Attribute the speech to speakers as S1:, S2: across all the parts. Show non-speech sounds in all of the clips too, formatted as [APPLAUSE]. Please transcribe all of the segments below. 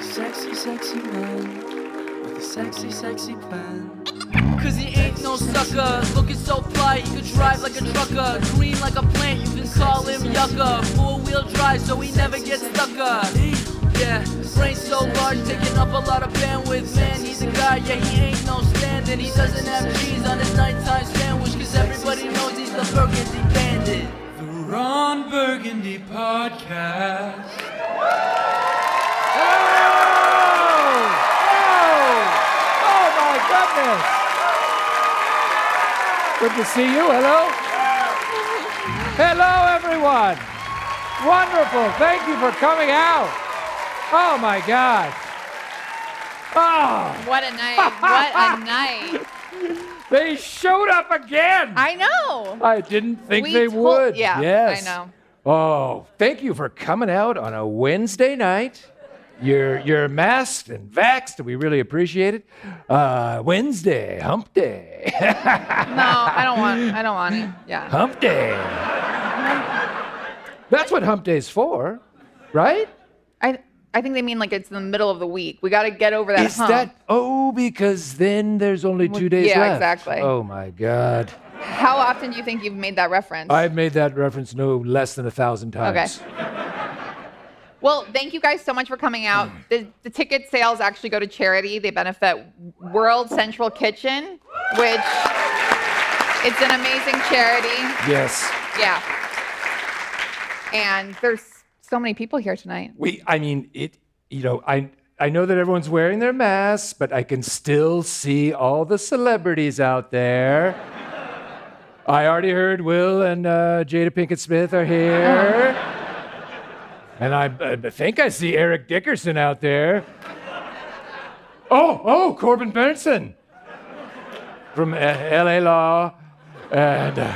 S1: sexy, sexy man with a sexy, sexy plan. Cause he ain't no sucker, looking so fly, you can drive like a trucker. Green like a plant, you can call him yucca. Four wheel drive, so he never gets stucker. Yeah, brain so large, taking up a lot of bandwidth. Man, he's a guy, yeah, he ain't no standing. He doesn't have cheese on his nighttime sandwich, cause everybody knows he's the Burgundy Bandit. The Ron Burgundy Podcast.
S2: Oh! goodness. Good to see you. Hello. Hello, everyone. Wonderful. Thank you for coming out. Oh, my Ah! God.
S3: Oh. What a night. What a [LAUGHS] night.
S2: they showed up again.
S3: I know.
S2: I didn't think we they told, would.
S3: Yeah.
S2: Yes.
S3: I know.
S2: Oh, thank you for coming out on a Wednesday night. You're, you're masked and vaxxed. We really appreciate it. Uh, Wednesday, hump day. [LAUGHS]
S3: no, I don't want I don't want it. Yeah.
S2: Hump day. That's what hump day's for, right?
S3: I I think they mean like it's in the middle of the week. We got to get over that
S2: Is
S3: hump.
S2: that oh because then there's only 2 days
S3: yeah,
S2: left.
S3: exactly.
S2: Oh my god.
S3: How often do you think you've made that reference?
S2: I've made that reference no less than a thousand times.
S3: Okay. Well, thank you guys so much for coming out.
S2: Mm.
S3: The, the, ticket sales actually go to charity. They benefit World Central Kitchen, which it's an amazing charity.
S2: Yes.
S3: Yeah. And there's so many people here tonight.
S2: We, I mean, it. You know, I I know that everyone's wearing their masks, but I can still see all the celebrities out there. I already heard Will and uh, Jada Pinkett Smith are here. Uh-huh. And I, I, think I see Eric Dickerson out there. Oh, oh, Corbin Benson from uh, LA Law. And uh,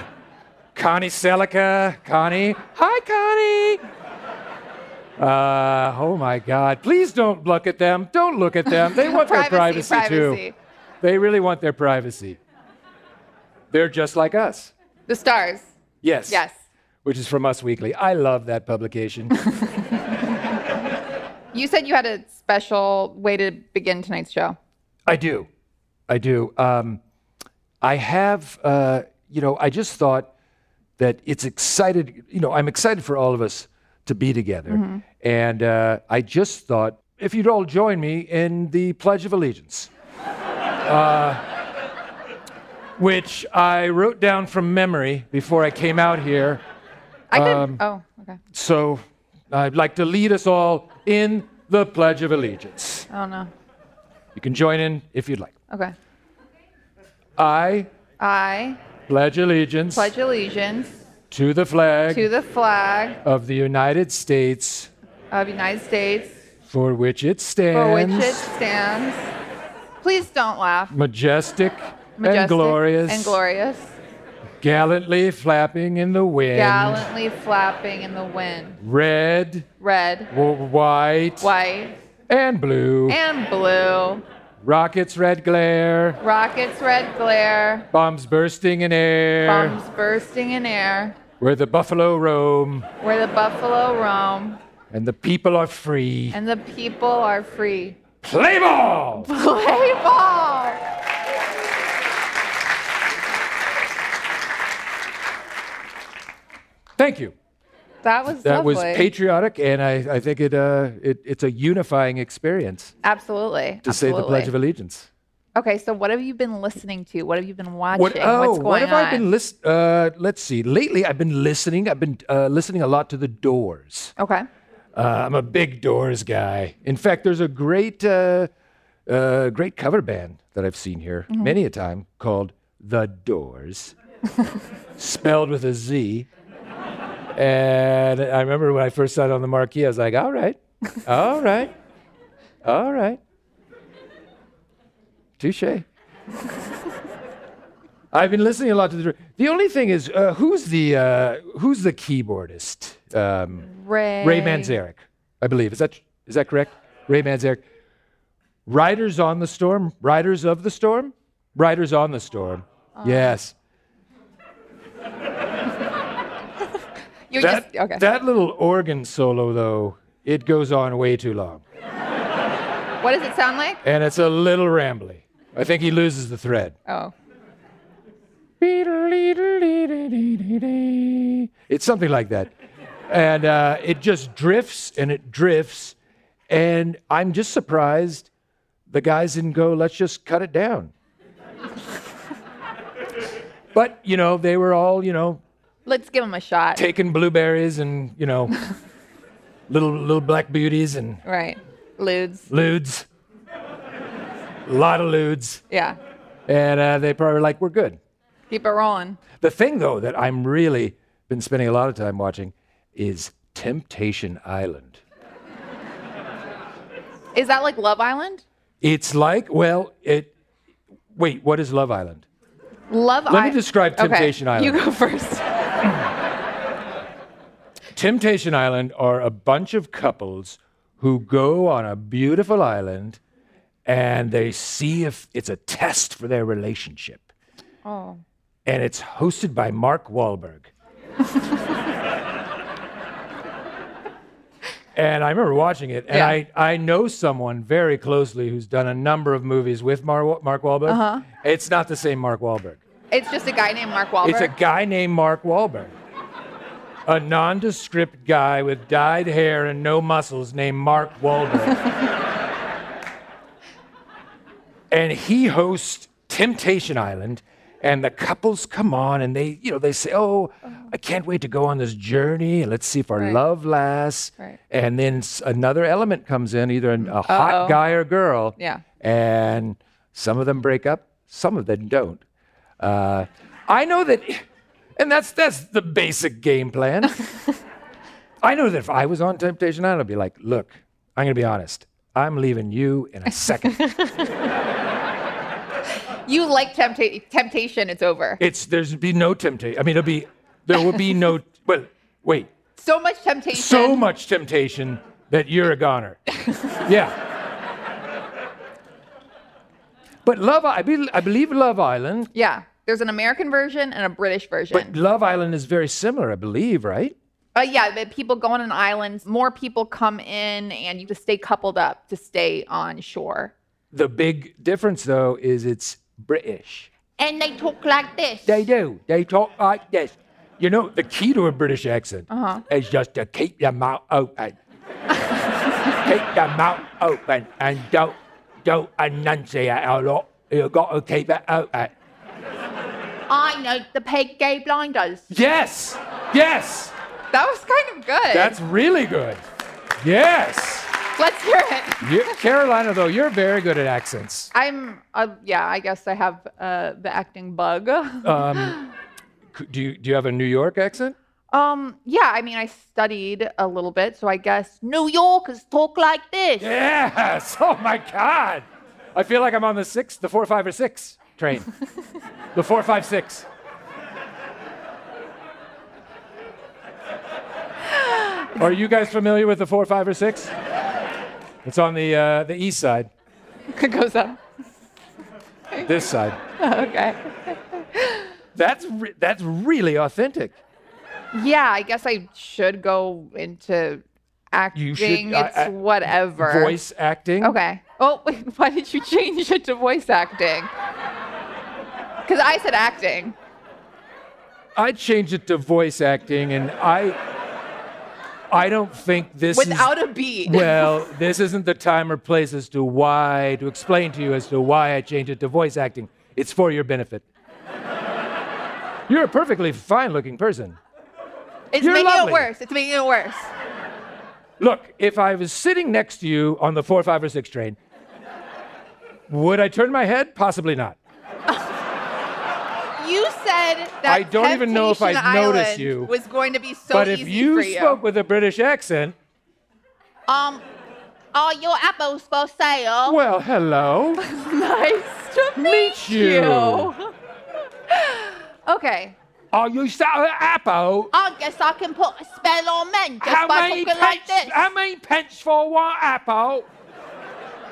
S2: Connie Selica. Connie. Hi, Connie. Uh, oh my God. Please don't look at them. Don't
S3: [LAUGHS]
S2: look at them. They want
S3: privacy,
S2: their privacy,
S3: privacy,
S2: too. They really want their privacy. They're just like us.
S3: The stars.
S2: Yes.
S3: Yes.
S2: Which is from Us Weekly. I love that publication.
S3: You said you had a special way to begin tonight's show.
S2: I do. I do. Um, I have, uh, you know, I just thought that it's excited, you know, I'm excited for all of us to be together.
S3: Mm-hmm.
S4: Mhm.
S2: And uh, I just thought if you'd all join me in the Pledge of Allegiance, [LAUGHS] uh, which I wrote down from memory before I came out here.
S3: I could.
S2: Um,
S3: oh, okay.
S2: So I'd like to lead us all in the Pledge of Allegiance.
S3: Oh no.
S2: You can join in if you'd like.
S3: Okay.
S2: I
S3: I
S2: pledge allegiance
S3: pledge allegiance
S2: to the flag
S3: to the flag
S2: of the United States
S3: of the United States
S2: for which it
S3: for which
S2: stands,
S3: it stands. Please don't laugh.
S2: majestic, and
S3: Majestic
S2: glorious,
S3: And glorious.
S2: gallantly flapping in the wind,
S3: Gallantly flapping in the wind.
S2: red,
S3: Red,
S2: w- white,
S3: white,
S2: and blue,
S3: and blue.
S2: rockets red glare,
S3: Rockets red glare.
S2: bombs bursting in air,
S3: Bombs bursting in air.
S2: where the buffalo roam
S3: Where the buffalo roam
S2: and the people are free.
S3: and the people are free. [LAUGHS]
S2: Play ball!
S3: Play ball!
S2: Thank you.
S3: That was
S2: That
S3: lovely.
S2: was patriotic, and I, I think it, uh, it it's a unifying experience
S3: Absolutely.
S2: to say the Pledge of Allegiance.
S3: Okay, so what have you been listening to? What have you been watching?
S2: What, oh,
S3: What's going
S2: what have
S3: on?
S2: I been listening? Uh, let's see. Lately, I've been listening. I've been uh, listening a lot to the Doors.
S3: Okay.
S2: Uh, I'm a big Doors guy. In fact, there's a great, uh, uh, great cover band that I've seen here
S4: Mhm.
S2: many a time called The Doors, spelled with a Z. And I remember when I first saw it on the marquee, I was like, all right, all right, all right. Touche. I've been listening a lot to the. The only thing is, uh, who's the uh, who's the keyboardist? Um,
S3: Ray.
S2: Ray Manzarek, I believe. Is that is that correct? Ray Manzarek. Riders on the storm. Riders of the storm. Riders on the storm.
S3: Oh. [LAUGHS]
S2: Yes.
S3: You
S2: that,
S3: just okay.
S2: That little organ solo though, it goes on way too long,
S3: what does it sound like?
S2: and it's a little rambly. I think he loses the thread.
S3: Oh.
S2: It's something like that. And uh, it just drifts and it drifts. And I'm just surprised the guys didn't go, let's just cut it down. [LAUGHS] but, you know, they were all, you know,
S3: Let's give him a shot.
S2: taking blueberries and, you know, [LAUGHS] little, little black beauties and
S3: Right. Ludes.
S2: ludes. A lot of ludes.
S3: Yeah.
S2: And uh, they probably were like, we're good.
S3: Keep it rolling.
S2: The thing, though, that I'm really been spending a lot of time watching is Temptation Island.
S3: Is that like Love Island?
S2: It's like, well, it. Wait, what is Love Island?
S3: Love Island.
S2: Let me describe Temptation
S3: okay.
S2: Island.
S3: You go [LAUGHS] first.
S2: Temptation Island are a bunch of couples who go on a beautiful island and they see if it's a test for their relationship.
S3: Oh.
S2: And it's hosted by Mark Wahlberg. and I remember watching it, and
S4: Yeah.
S2: I, I know someone very closely who's done a number of movies with Mar- Mark Wahlberg.
S3: Uh-huh.
S2: It's not the same Mark Wahlberg.
S3: It's just a guy named Mark Wahlberg.
S2: It's a guy named Mark Wahlberg. A nondescript guy with dyed hair and no muscles named Mark Wahlberg. [LAUGHS] and he hosts Temptation Island and the couples come on and they, you know, they say, "Oh, I can't wait to go on this journey and let's see if our
S4: Right.
S2: love lasts."
S4: Right.
S2: And then s- another element comes in, either an- a
S4: Uh-oh.
S2: hot guy or girl.
S4: Yeah.
S2: And some of them break up, some of them don't. Uh, I know that, and that's that's the basic game plan. I know that if I was on Temptation Island, I'd be like, look, I'm gonna be honest. I'm leaving you in a second.
S3: you like tempta- Temptation, it's over.
S2: it's there's be no temptation. I mean, it'll be there will be no. Well, wait.
S3: So much temptation.
S2: So much temptation that you're a goner. yeah. But Love, I, be, I believe Love Island
S3: Yeah. There's an American version and a British version.
S2: But Love Island is very similar, I believe, right?
S3: Uh, yeah, but people go on an island, more people come in, and you just stay coupled up to stay on shore.
S2: The big difference, though, is it's British.
S3: And they talk like this.
S2: They do. They talk like this. You know, the key to a British accent
S3: Uh-huh.
S2: is just to keep your mouth open. [LAUGHS] keep your mouth open and don't don't enunciate a lot. You got to keep it open.
S3: I know the peg gay blinders.
S2: Yes, yes,
S3: That was kind of good.
S2: that's really good. Yes,
S3: Let's hear it.
S2: you, Carolina, though, you're very good at accents.
S3: I'm, uh, yeah, I guess I have uh, the acting bug.
S2: Um, c- do you do you have a New York accent?
S3: [LAUGHS] um, yeah, I mean, I studied a little bit, so I guess New Yorkers talk like this.
S2: Yes. [LAUGHS] Oh my God. I feel like I'm on the six, the four, five, or six
S3: [LAUGHS]
S2: train. the four, five, six. Are you guys familiar with the four, five, or six? It's on the uh, the east side,
S3: [LAUGHS] It goes up. [LAUGHS]
S2: this side.
S3: okay.
S2: That's re- that's really authentic.
S3: Yeah, I guess I should go into acting.
S2: I-
S3: it's
S2: I-
S3: whatever.
S2: uh, Voice acting.
S3: Okay. Oh, [LAUGHS] wait, why did you change it to voice acting? Because I said acting.
S2: I change it to voice acting, and I I don't think this is-
S3: Without a beat.
S2: [LAUGHS] Well, this isn't the time or place as to why to explain to you as to why I changed it to voice acting. It's for your benefit. You're a perfectly fine-looking person.
S3: [LAUGHS] it's
S2: you're
S3: making
S2: lovely.
S3: it worse. It's making it worse.
S2: Look, if I was sitting next to you on the four, five, or six train, would I turn my head? Possibly not.
S3: You said that
S2: I don't even know if
S3: Temptation
S2: I'd notice
S3: Island
S2: you.
S3: was going to be so
S2: but if
S3: easy
S2: you
S3: for
S2: spoke with a British accent,
S3: um, are your apples for sale?
S2: well, hello.
S3: [LAUGHS] nice to meet,
S2: Meet you.
S3: [LAUGHS] Okay.
S2: Are you selling apple?
S3: I guess I can put a spell on men just
S2: How
S3: by
S2: many,
S3: talking
S2: pence,
S3: like this.
S2: how many pence for one apple?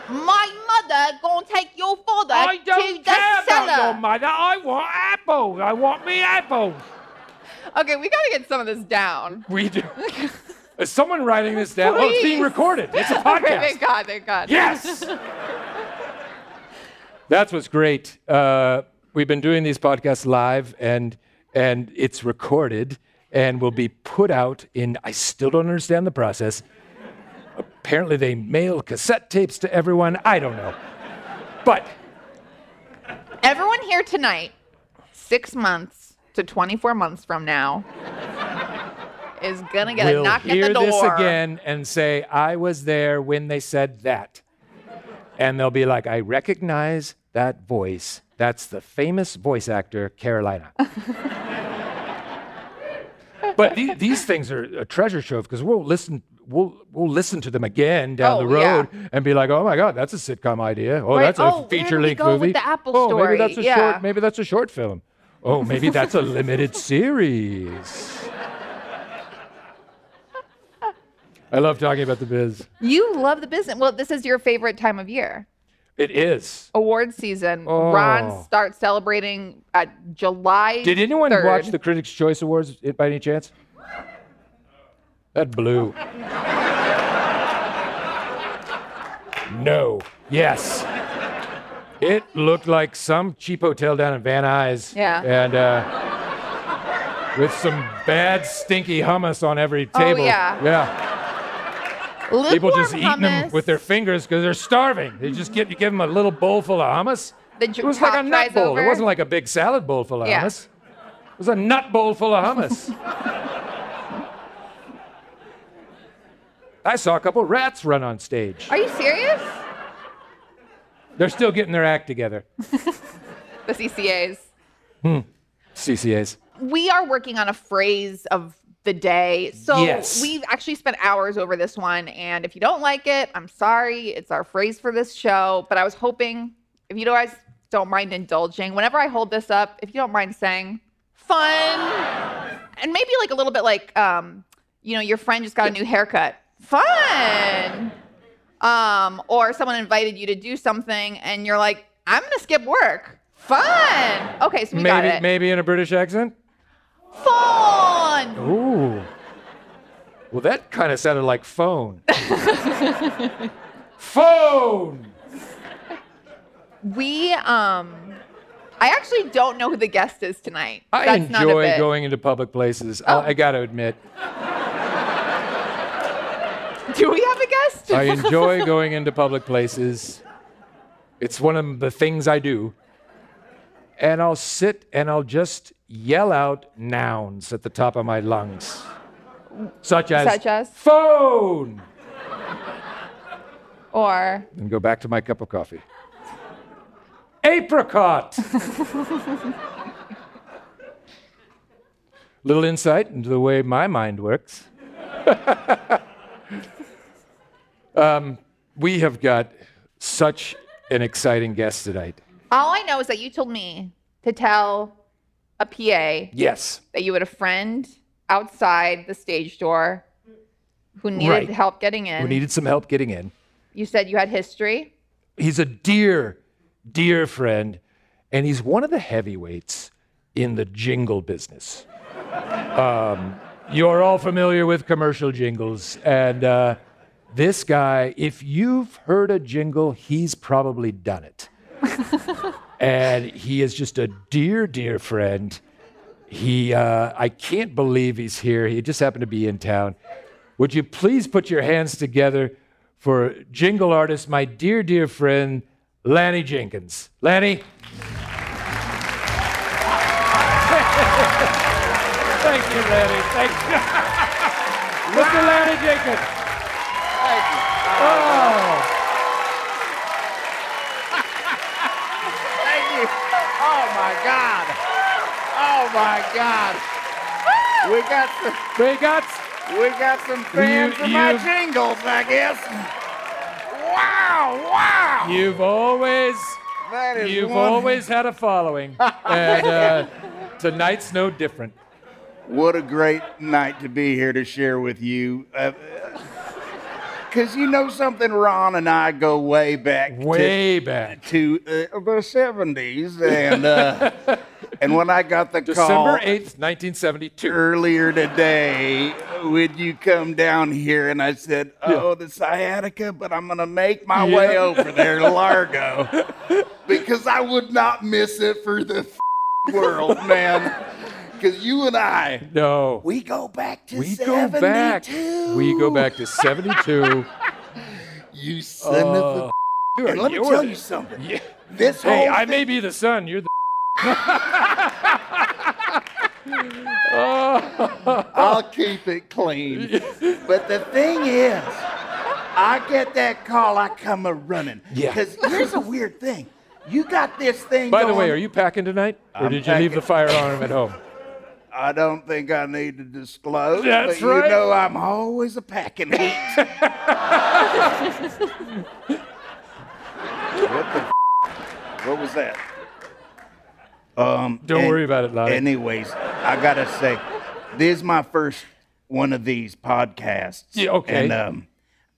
S3: My mother gonna take your father
S2: I
S3: to
S2: don't
S3: the
S2: care about your
S3: cellar.
S2: mother. I want apples. I want me apples.
S3: okay, we gotta get some of this down.
S2: We do. Is someone writing this down? Oh, it's being
S3: Please.
S2: recorded.
S3: [LAUGHS]
S2: It's a
S3: Okay,
S2: podcast.
S3: thank God, thank God.
S2: yes. That's what's great. Uh, we've been doing these podcasts live, and and it's recorded, and will be put out in. I still don't understand the process. Apparently, they mail cassette tapes to everyone. I don't know, but
S3: [LAUGHS] Everyone here tonight, six months to 24 months from now, is gonna get
S2: we'll
S3: a knock
S2: hear
S3: at the door.
S2: this again and say, I was there when they said that. And they'll be like, I recognize that voice. That's the famous voice actor, Carolina. [LAUGHS] but the- these things are a treasure trove because we'll listen. We'll, we'll listen to them again down
S3: Oh,
S2: the
S3: yeah.
S2: road and be like, oh my god, that's a sitcom idea. Oh,
S3: Right.
S2: that's a
S3: Oh, where did we
S2: feature length
S3: go with
S2: movie.
S3: the Apple
S2: oh,
S3: story?
S2: maybe that's a
S3: Yeah.
S2: short. Maybe that's a short film. Oh, maybe
S3: [LAUGHS]
S2: that's a limited series. I love talking about the biz.
S3: You love the business. Well, this is your favorite time of year.
S2: It is.
S3: Award season.
S2: Oh.
S3: Ron starts celebrating at July.
S2: Did anyone
S3: 3rd.
S2: watch the Critics' Choice Awards i- by any chance?
S3: [LAUGHS]
S2: That blew. no. Yes. It looked like some cheap hotel down in Van Nuys.
S3: Yeah.
S2: And uh, with some bad stinky hummus on every
S3: Oh,
S2: table.
S3: yeah.
S2: Yeah. People just eating them with their fingers because they're starving. They just get you give them a little bowl full of hummus.
S3: The ju-
S2: It was like a
S3: top
S2: nut
S3: dries
S2: bowl. It
S3: over.
S2: wasn't like a big salad bowl full of
S3: Yeah.
S2: hummus. It was a nut bowl full
S3: [LAUGHS]
S2: of hummus. I saw a couple rats run on stage.
S3: Are you serious?
S2: They're still getting their act together. Hmm.
S3: The CCAs.
S2: CCAs.
S3: we are working on a phrase of the day. So
S2: Yes.
S3: we've actually spent hours over this one. And if you don't like it, I'm sorry. It's our phrase for this show. But I was hoping if you guys don't mind indulging, whenever I hold this up, if you don't mind saying fun and maybe like a little bit like um, you know, your friend just got a new haircut. Fun. Um, or someone invited you to do something and you're like, I'm gonna skip work. Fun. Okay, so we
S2: maybe
S3: got it.
S2: maybe in a British accent.
S3: Fun.
S2: Ooh. Well, that kind of sounded
S3: [LAUGHS]
S2: like phone. phone.
S3: We um, I actually don't know who the guest is tonight.
S2: I
S3: That's not a
S2: enjoy
S3: bit. Oh.
S2: going into public places. I- I got to admit,
S3: Do we have a guest?
S2: I enjoy
S3: [LAUGHS]
S2: going into public places. It's one of the things I do. And I'll sit and I'll just yell out nouns at the top of my lungs, such as,
S3: Such as?
S2: phone,
S3: or
S2: and go back to my cup of coffee. Apricot! Little insight into the way my mind works. [LAUGHS] um, we have got such an exciting guest tonight.
S3: all I know is that you told me to tell a PA
S2: Yes.
S3: that you had a friend outside the stage door who needed
S2: Right.
S3: help getting in.
S2: Who needed some help getting in.
S3: you said you had
S2: [SIGHS]
S3: history.
S2: He's a dear, dear friend, and he's one of the heavyweights in the jingle business. Um, you're all familiar with commercial jingles, and uh, this guy, if you've heard a jingle, he's probably done it. and he is just a dear, dear friend. He, uh, I can't believe he's here. He just happened to be in town. Would you please put your hands together for jingle artist, my dear, dear friend, Lanny Jenkins? Lanny, thank you, Lanny. Thank you. Mr. Lanny Jenkins. Oh,
S4: Thank you. Oh my
S2: [LAUGHS]
S4: God. Oh my God. We got some.
S2: We got.
S4: We got some fans
S2: You-
S4: of my
S2: you-
S4: jingles, I guess. Wow! Wow!
S2: you've always,
S4: That is
S2: you've
S4: one-
S2: always had a following, and
S4: [LAUGHS]
S2: uh, tonight's no different.
S4: What a great night to be here to share with you. Because you know something, Ron and I go way back. to-
S2: Way back.
S4: To uh, the 70s.
S2: [LAUGHS]
S4: And, uh, and when I got the call.
S2: December 8th, 1972.
S4: earlier today would you come down here and i said oh the sciatica but i'm gonna make my
S2: Yeah.
S4: way over there to
S2: [LAUGHS]
S4: largo because i would not miss it for the world
S2: [LAUGHS]
S4: man because you and i
S2: No.
S4: we go back to
S2: We
S4: 72.
S2: go back. We go back to 72.
S4: [LAUGHS] you son of a
S2: Oh, you
S4: and
S2: are-
S4: let me
S2: you are
S4: tell
S2: the-
S4: you something
S2: Yeah.
S4: this whole
S2: Hey, I
S4: thing-
S2: may be the son. You're the. [LAUGHS] Uh, Oh.
S4: I'll keep it clean. [LAUGHS] But the thing is, I get that call, I come a running.
S2: Yeah.
S4: Because here's a weird thing. You got this thing.
S2: By the way,
S4: going-
S2: are you packing tonight, or
S4: I'm
S2: did you leave
S4: packing.
S2: the firearm at home?
S4: I don't think I need to disclose.
S2: That's
S4: but
S2: right.
S4: You know, I'm always a packing heat. what the? F- what was that? Um.
S2: Don't
S4: and-
S2: worry about it, Lonnie.
S4: Anyways, I gotta say, this is my first one of these podcasts.
S2: Yeah, okay.
S4: And um,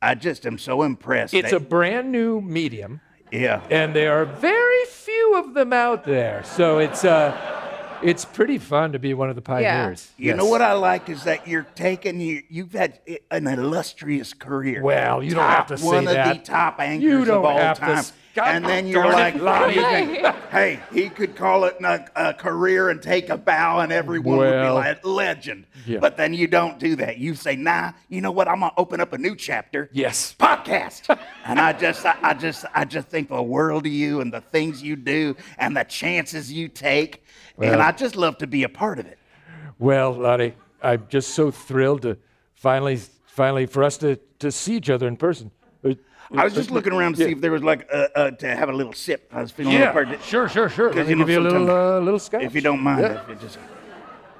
S4: I just am so impressed.
S2: it's a
S4: that-
S2: brand new medium,
S4: yeah.
S2: and there are very few of them out there. So it's uh, it's pretty fun to be one of the pioneers.
S4: You know what I like is that you're taking you, you've had an illustrious career.
S2: Well, you don't
S4: Top
S2: have to say
S4: one of
S2: that.
S4: the top anchors
S2: You don't
S4: of all
S2: have to
S4: time.
S2: s- God
S4: and then you're
S2: darn
S4: like,
S2: it, Lonnie.
S4: you think, hey, he could call it a, a career and take a bow, and everyone
S2: Well.
S4: would be like, legend.
S2: Yeah.
S4: But then you don't do that. You say, nah, you know what? I'm gonna open up a new chapter.
S2: Yes. [LAUGHS]
S4: Podcast. and I just, I, I just, I just think the world of you and the things you do and the chances you take, and
S2: Well.
S4: I just love to be a part of it.
S2: Well, Lottie, I'm just so thrilled to finally, finally, for us to, to see each other in person. Uh,
S4: I was just looking around to see
S2: Yeah.
S4: if there was like uh, uh, to have a little sip. I was feeling a
S2: Yeah,
S4: little part-
S2: sure, sure, sure. Let
S4: Because
S2: me
S4: you know,
S2: give you a little,
S4: sometimes-
S2: uh, little scotch.
S4: if you don't mind.
S2: Yeah.
S4: if you just,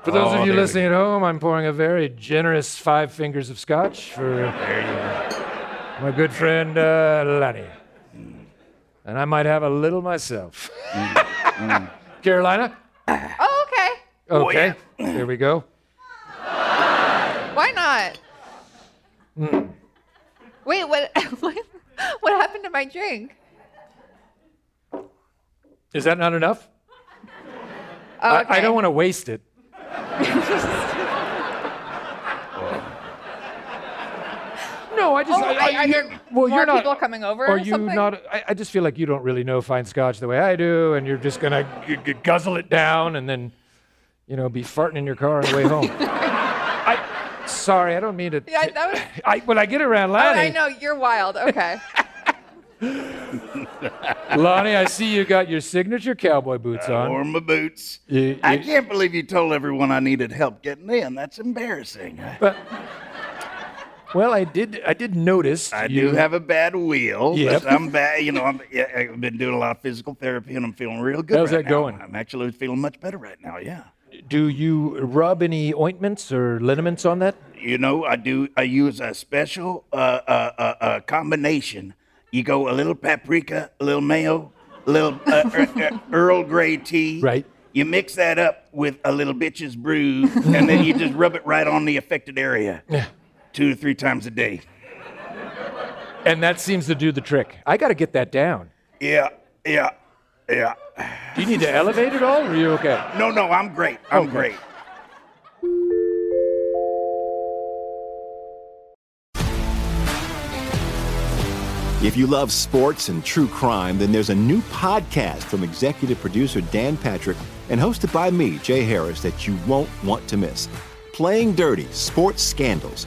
S2: For those of
S4: Oh,
S2: you
S4: there we
S2: listening at home, I'm pouring a very generous five fingers of scotch for my good friend uh, Lottie. And I might have a little myself. [LAUGHS] Carolina?
S3: Oh, okay.
S2: Okay. Here we go.
S3: Why not?
S2: Hmm.
S3: Wait, what, [LAUGHS] what? What happened to my drink?
S2: Is that not enough?
S3: Oh,
S2: I- I, don't want to waste it. No, I just.
S3: Oh,
S2: I,
S3: are
S2: you're,
S3: there
S2: well,
S3: more
S2: you're not.
S3: people coming over
S2: are
S3: or
S2: you
S3: something?
S2: not? I, I just feel like you don't really know fine Scotch the way I do, and you're just gonna g- g- guzzle it down and then, you know, be farting in your car on the
S3: [LAUGHS]
S2: way home. I, sorry, I don't mean to.
S3: [LAUGHS] Yeah, that
S2: [LAUGHS]
S3: was.
S2: I, when I get around
S3: Oh, I
S2: Lanny,
S3: know you're
S2: [LAUGHS]
S3: wild. Okay.
S2: Lonnie, I see you got your signature cowboy boots on.
S4: wore my boots.
S2: You-
S4: I
S2: you-
S4: can't believe you told everyone I needed help getting in.
S2: [LAUGHS]
S4: That's embarrassing.
S2: Well, I did. I did notice.
S4: I
S2: you-
S4: do have a bad wheel.
S2: Yep.
S4: But I'm bad. You know, I'm, yeah, I've been doing a lot of physical therapy, and I'm feeling real good.
S2: How's
S4: right
S2: that
S4: now.
S2: going?
S4: I'm actually feeling much better right now. Yeah.
S2: Do you rub any ointments or liniments on that?
S4: You know, I do. I use a special uh, uh, uh, uh, combination. You go a little paprika, a little mayo, a little uh, er- er- Earl Grey tea. Right. You mix that up with a little bitch's brew, and then you just rub it right on the affected area. Yeah. Two to three times a day.
S2: And that seems to do the trick. I got to get that down.
S4: Yeah, yeah, yeah.
S2: Do you need to elevate at all, or are you okay?
S4: No, no, I'm great. I'm great.
S5: If you love sports and true crime, then there's a new podcast from executive producer Dan Patrick and hosted by me, Jay Harris, that you won't want to miss. Playing Dirty Sports Scandals.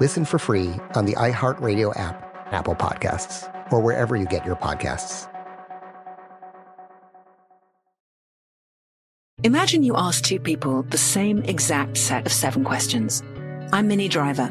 S6: Listen for free on the iHeartRadio app, Apple Podcasts, or wherever you get your podcasts.
S7: Imagine you ask two people the same exact set of seven questions. I'm Minnie Driver,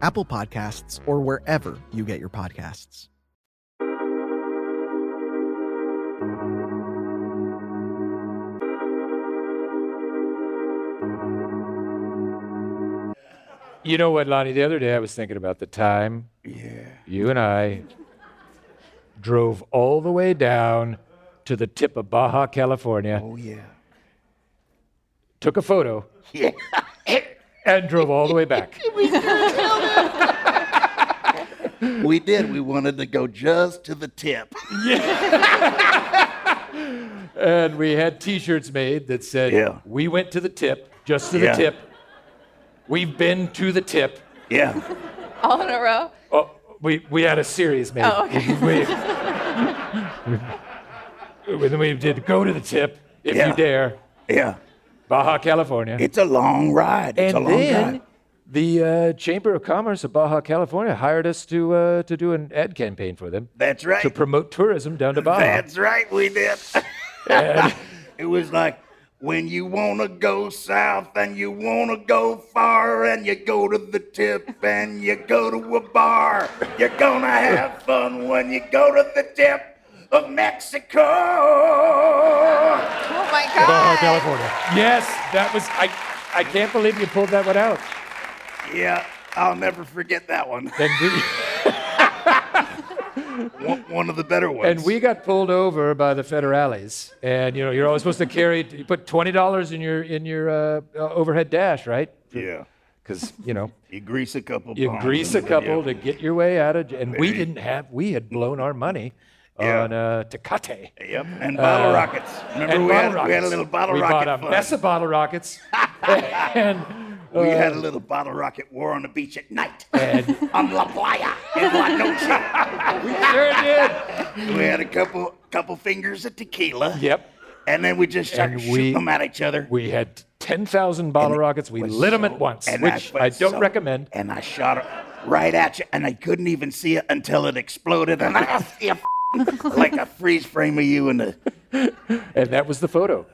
S8: Apple Podcasts, or wherever you get your podcasts.
S2: You know what, Lonnie? The other day I was thinking about the time yeah. you and I drove all the way down to the tip of Baja California. Oh, yeah. Took a photo. Yeah. and drove all the way back.
S4: we did. We wanted to go just to the tip.
S2: And we had t shirts made that said,
S4: Yeah.
S2: We went to the tip, just to
S4: Yeah.
S2: the tip. We've been to the tip.
S4: Yeah.
S3: All in a row.
S2: Oh, we, we had a series made.
S3: Oh,
S2: [LAUGHS]
S3: okay.
S2: And then we did go to the tip if
S4: Yeah.
S2: you dare.
S4: Yeah.
S2: Baja California.
S4: It's a long ride. It's
S2: and
S4: a long
S2: then
S4: ride.
S2: the uh, Chamber of Commerce of Baja California hired us to uh, to do an ad campaign for them.
S4: That's right.
S2: To promote tourism down to Baja.
S4: That's right, we did. [LAUGHS] it was like when you want to go south and you want to go far and you go to the tip and you go to a bar, you're going to have fun when you go to the tip of Mexico. Oh
S3: my
S2: Baja California. Yes, that was I. I can't believe you pulled that one out.
S4: Yeah, I'll never forget that one. one, one of the better ones.
S2: And we got pulled over by the federales, and you know you're always supposed to carry. You put twenty dollars in your in your uh, uh, overhead dash, right? [LAUGHS]
S4: Yeah.
S2: Because you know
S4: you grease a couple.
S2: You
S4: bombs
S2: grease a
S4: and then you-
S2: couple to get your way out of. j- And we didn't have. We had blown our money
S4: Yeah.
S2: on uh, Tecate. Uh,
S4: Yep. And bottle rockets. Remember
S2: and
S4: we had-
S2: bottle
S4: we had a
S2: rockets.
S4: little bottle
S2: we
S4: rocket
S2: bought a
S4: fund.
S2: mess of bottle
S4: [LAUGHS]
S2: rockets. and
S4: We had
S2: uh,
S4: a little bottle rocket war on the beach at night [LAUGHS] on La Playa in La Noche. we
S2: sure did.
S4: We had a couple couple fingers of tequila.
S2: Yep.
S4: And then we just started
S2: And
S4: shooting
S2: we-
S4: them at each other.
S2: We had 10,000 bottle rockets. We lit them at once,
S4: and
S2: which
S4: I
S2: I don't
S4: so-
S2: recommend.
S4: And I shot it right at you, and I couldn't even see it until it
S2: [LAUGHS]
S4: exploded, and I see a [LAUGHS] like a freeze frame of you in the.
S2: And that was the photo.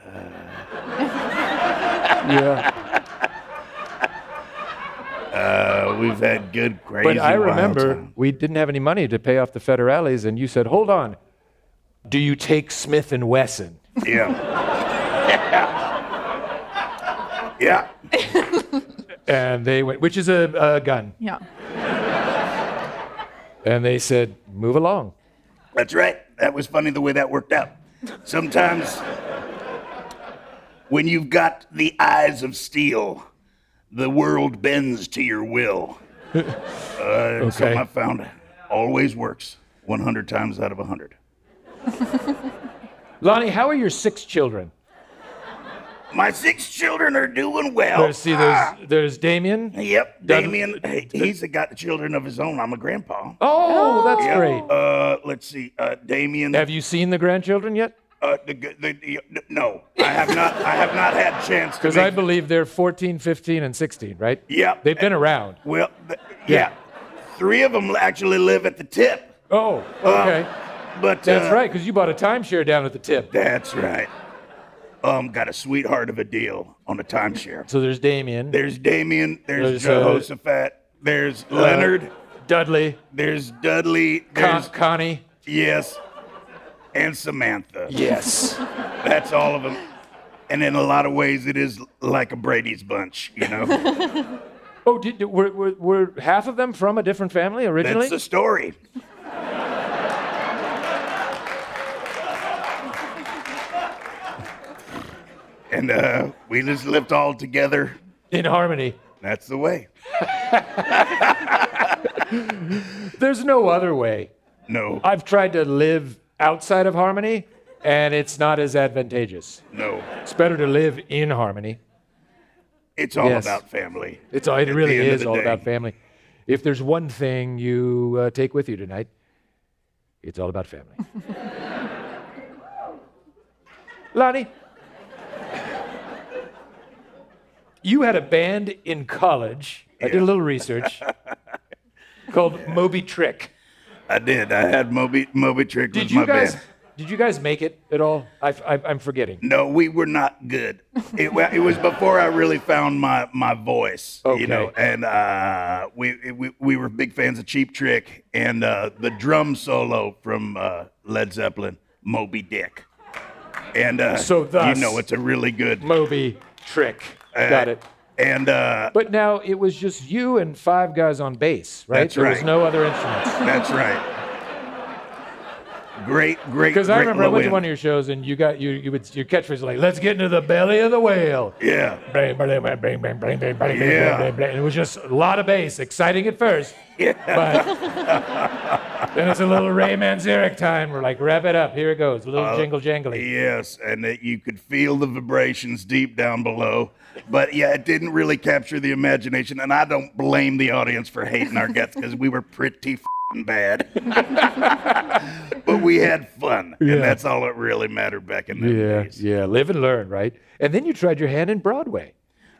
S2: yeah.
S4: Uh, we've had good, crazy.
S2: But I
S4: wild
S2: remember
S4: times.
S2: we didn't have any money to pay off the federales, and you said, "Hold on, do you take Smith and Wesson?" [LAUGHS]
S4: Yeah. yeah.
S2: And they went, which is a, a gun,
S3: Yeah.
S2: and they said, "Move along."
S4: That's right. That was funny the way that worked out. Sometimes when you've got the eyes of steel, the world bends to your will. Uh, Something I found always works 100 times out of 100.
S2: Lonnie, how are your six children?
S4: My six children are doing well.
S2: There's, see,
S4: Ah,
S2: there's there's Damien.
S4: Yep,
S2: Dun-
S4: Damien. he- He's got children of his own. I'm a grandpa.
S2: Oh, that's
S4: Yep.
S2: great.
S4: Uh, let's see. Uh, Damien.
S2: Have you seen the grandchildren yet?
S4: Uh, the, the, the, no, I have not. I have not had
S2: [LAUGHS]
S4: chance to.
S2: Because
S4: make
S2: I believe they're 14, 15, and 16, right?
S4: Yep.
S2: They've been around.
S4: Well, th- yeah. Three of them actually live at the tip. Uh,
S2: Oh, okay.
S4: but
S2: That's
S4: uh,
S2: right, because you bought a timeshare down at the tip.
S4: That's right. Um, got a sweetheart of a deal on a timeshare.
S2: So there's Damien.
S4: There's Damien. There's,
S2: There's, uh,
S4: Jehoshaphat. there's Leonard.
S2: Dudley.
S4: There's Dudley.
S2: Con-
S4: There's
S2: Connie.
S4: Yes. And Samantha.
S2: [LAUGHS] Yes.
S4: That's all of them. And in a lot of ways, it is like a Brady's bunch, you know.
S2: Oh, did, did- were, were, were half of them from a different family originally?
S4: That's the story. and uh, we just lived all together.
S2: In harmony.
S4: That's the way.
S2: There's no other way.
S4: No.
S2: I've tried to live outside of harmony, and it's not as advantageous.
S4: No.
S2: It's better to live in harmony.
S4: It's all
S2: Yes.
S4: about family.
S2: It's all,
S4: At
S2: it
S4: the
S2: really
S4: end of
S2: is
S4: the
S2: all
S4: day.
S2: about family. If there's one thing you uh, take with you tonight, it's all about family. [LAUGHS] Lonnie, you had a band in college. I did a little research.
S4: [LAUGHS]
S2: called Moby Trick.
S4: I did. I had Moby Moby Trick
S2: Did
S4: was
S2: you
S4: my
S2: guys?
S4: band.
S2: Did you guys make it at all? I, am forgetting.
S4: No, we were not good. It, wa- it was before I really found my my voice,
S2: Okay.
S4: you know. And uh, we, we we were big fans of Cheap Trick and uh, the drum solo from uh, Led Zeppelin, Moby Dick. And uh,
S2: So thus-
S4: you know it's a really good Uh,
S2: Moby Trick. Got it.
S4: And uh,
S2: But now it was just you and five guys on bass, right?
S4: That's
S2: there was
S4: right.
S2: no other instruments.
S4: That's right. Great, great.
S2: Because I
S4: great
S2: remember I went to
S4: low-end.
S2: one of your shows and you got you you would your catchphrase was like "Let's get into the belly of the whale."
S4: Yeah.
S2: Bang, bang, bang, bang, bang, bang, bang, bang, bang,
S4: Yeah.
S2: bang, bang. And It was just a lot of bass, exciting at
S4: [LAUGHS]
S2: first. But then it's a little Ray Manzarek time. We're like, rev it up. Here it goes. A little
S4: Uh,
S2: jingle jangly.
S4: Yes, and that you could feel the vibrations deep down below. But yeah, it didn't really capture the imagination, and I don't blame the audience for hating our guts because we were pretty fing bad. [LAUGHS] but we had fun,
S2: Yeah.
S4: and that's all that really mattered back in the
S2: Yeah, yeah. Live and learn, right? And then you tried your hand in Broadway.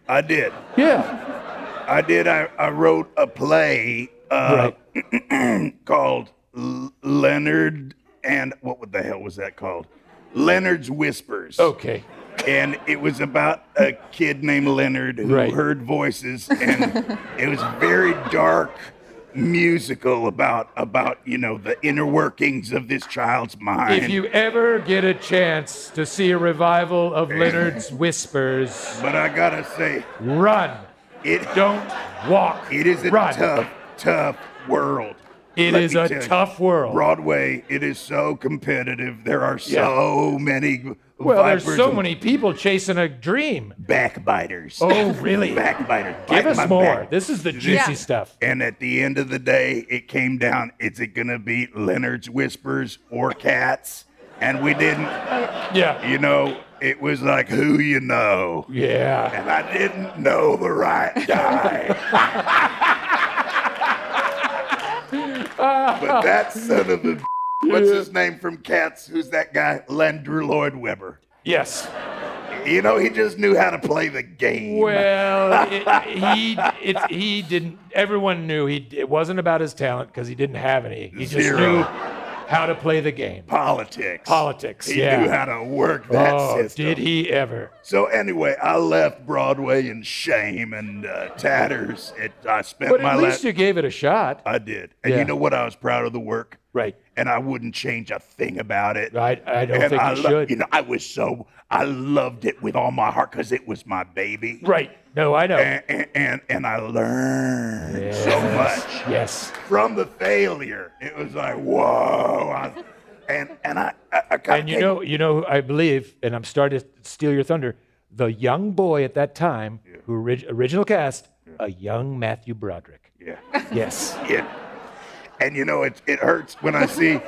S4: I did.
S2: Yeah.
S4: I did. I, I wrote a play uh, [CLEARS THROAT] called L- Leonard and what the hell was that called? Leonard's Whispers.
S2: Okay.
S4: And it was about a kid named Leonard who
S2: Right.
S4: heard voices, and it was very dark musical about about you know the inner workings of this child's mind.
S2: If you ever get a chance to see a revival of Leonard's Whispers,
S4: But I gotta say,
S2: run.
S4: It
S2: don't walk.
S4: It is a
S2: Run.
S4: tough, tough world.
S2: It
S4: It is
S2: is a tough world.
S4: Broadway, it is so competitive. There are
S2: Yeah.
S4: so many. v-
S2: well, there's
S4: vipers
S2: so
S4: and
S2: many people chasing a dream.
S4: backbiters.
S2: Oh, really?
S4: backbiters.
S2: Give
S4: Bite
S2: us
S4: my
S2: more.
S4: back.
S2: This is the juicy
S4: Yeah.
S2: stuff.
S4: And at the end of the day, it came down. Is it gonna be Leonard's Whispers or Cats? And we didn't.
S2: Yeah.
S4: You know, it was like who you know.
S2: Yeah.
S4: And I didn't know the right guy. [LAUGHS] but that son of a what's his name from Cats? Who's that guy? Landry Lloyd Webber.
S2: Yes.
S4: You know, he just knew how to play the game.
S2: Well, it,
S4: [LAUGHS]
S2: he it, he didn't. Everyone knew he. It wasn't about his talent because he didn't have any. He just
S4: Zero.
S2: knew how to play the game.
S4: Politics.
S2: Politics.
S4: He
S2: yeah.
S4: knew how to work that
S2: oh,
S4: system.
S2: Did he ever?
S4: So anyway, I left Broadway in shame and uh, tatters. It, I spent
S2: But at
S4: my
S2: least
S4: la-
S2: you gave it a shot.
S4: I did, and
S2: Yeah.
S4: you know what? I was proud of the work.
S2: Right.
S4: And I wouldn't change a thing about it.
S2: I, I don't
S4: And
S2: think
S4: I
S2: you
S4: lo-
S2: should.
S4: You know, I was so I loved it with all my heart because it was my baby.
S2: Right. No, I know.
S4: And and, and, and I learned so much.
S2: Yes.
S4: From the failure, it was like whoa. I, and and I, I, I kinda
S2: and you
S4: came-
S2: know, you know, I believe, and I'm starting to steal your thunder. The young boy at that time, who orig- original cast, a young Matthew Broderick.
S4: Yeah.
S2: Yes.
S4: Yeah. And you know, it, it hurts when I see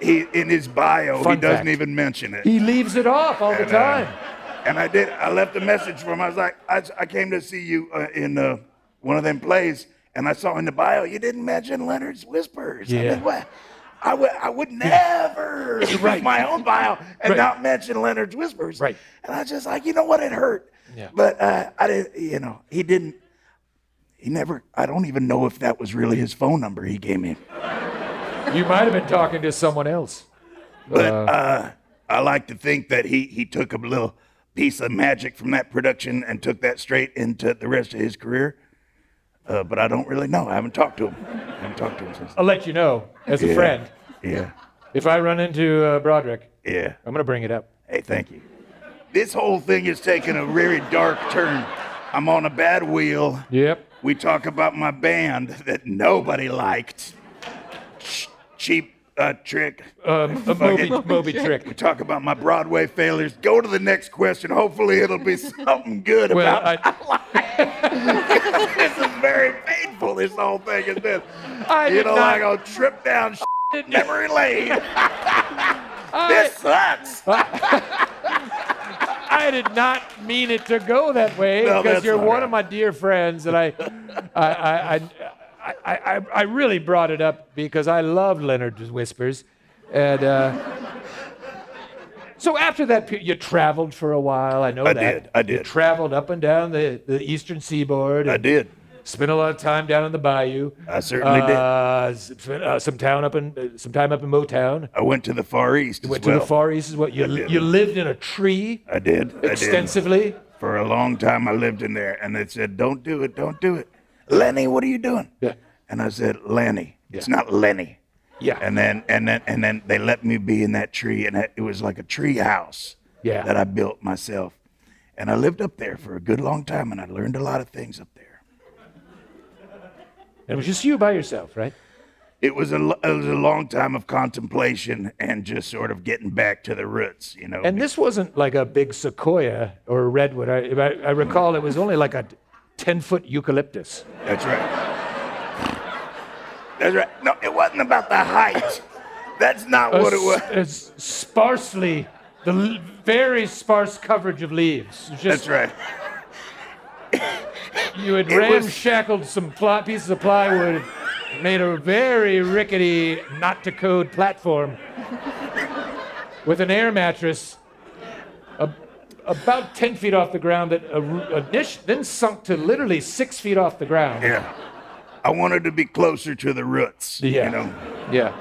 S4: he in his bio,
S2: Fun
S4: he doesn't
S2: fact.
S4: even mention it.
S2: He leaves it off all the
S4: And, uh,
S2: time.
S4: and I did. I left a message for him. I was like, I, I came to see you uh, in uh, one of them plays, and I saw in the bio
S2: [COUGHS]
S4: you didn't mention Leonard's Whispers. I
S2: Yeah.
S4: mean, what? I would, I
S2: [LAUGHS]
S4: would never read my own bio and
S2: Right.
S4: not mention Leonard's Whispers.
S2: Right.
S4: And I was just like, you know what? It hurt.
S2: Yeah.
S4: But uh, I didn't, you know, he didn't, he never, I don't even know if that was really his phone number he gave me.
S2: You might have been talking to someone else.
S4: But uh, I like to think that he he took a little piece of magic from that production and took that straight into the rest of his career. Uh, but I don't really know. I haven't talked to him. I haven't talked to him since.
S2: I'll let you know as a
S4: Yeah.
S2: friend.
S4: Yeah.
S2: If I run into uh, Broderick,
S4: yeah,
S2: I'm gonna bring it up.
S4: Hey, thank you. This whole thing is taking a very dark turn. I'm on a bad wheel.
S2: Yep.
S4: We talk about my band that nobody liked. Ch- cheap uh, trick.
S2: Uh, a Moby- Moby Trick.
S4: We talk about my Broadway failures. Go to the next question. Hopefully, it'll be something good
S2: Well,
S4: about.
S2: I,
S4: [LAUGHS] this is very painful. This whole thing is this.
S2: I
S4: you
S2: did
S4: know,
S2: not-
S4: like a trip down
S2: [LAUGHS]
S4: memory lane.
S2: I,
S4: this sucks.
S2: Uh, I did not mean it to go that way
S4: No,
S2: because
S4: that's
S2: you're
S4: all
S2: one of my dear friends, and I, I, I, I, I, I, I really brought it up because I loved Leonard's Whispers, and. Uh, so after that, pe- you traveled for a while. I know
S4: I
S2: that.
S4: did, I
S2: You
S4: did.
S2: traveled up and down the, the eastern seaboard.
S4: I
S2: and
S4: did.
S2: Spent a lot of time down in the bayou.
S4: I certainly did.
S2: uh, did. Spent uh, some town up in uh, some time up in Motown.
S4: I went to the Far East.
S2: You
S4: as
S2: went to
S4: well.
S2: the Far East as well. You,
S4: I did.
S2: you lived in a tree.
S4: I did. I did.
S2: Extensively?
S4: For a long time, I lived in there, and they said, "Don't do it. Don't do it." Lenny, what are you doing? Yeah. And I said, Lenny. It's not Lenny.
S2: Yeah.
S4: And then and then and then they let me be in that tree, and it was like a tree house.
S2: Yeah.
S4: That I built myself, and I lived up there for a good long time, and I learned a lot of things up there.
S2: And it was just you by yourself, right?
S4: It was a lo- it was a long time of contemplation and just sort of getting back to the roots, you know.
S2: And this wasn't like a big sequoia or a redwood. I, if I, I recall it was only like a 10 foot eucalyptus.
S4: That's right. That's right. No, it wasn't about the height. That's not
S2: Oh,
S4: what it was.
S2: It's sparsely, the l- very sparse coverage of leaves. It's Just,
S4: That's right.
S2: [COUGHS] You had
S4: It was-
S2: ramshackled some ply, pieces of plywood, made a very rickety, not to code platform with an air mattress a, about 10 feet off the ground that a, ru- a niche then sunk to literally six feet off the ground.
S4: Yeah. I wanted to be closer to the roots.
S2: Yeah.
S4: You know.
S2: Yeah.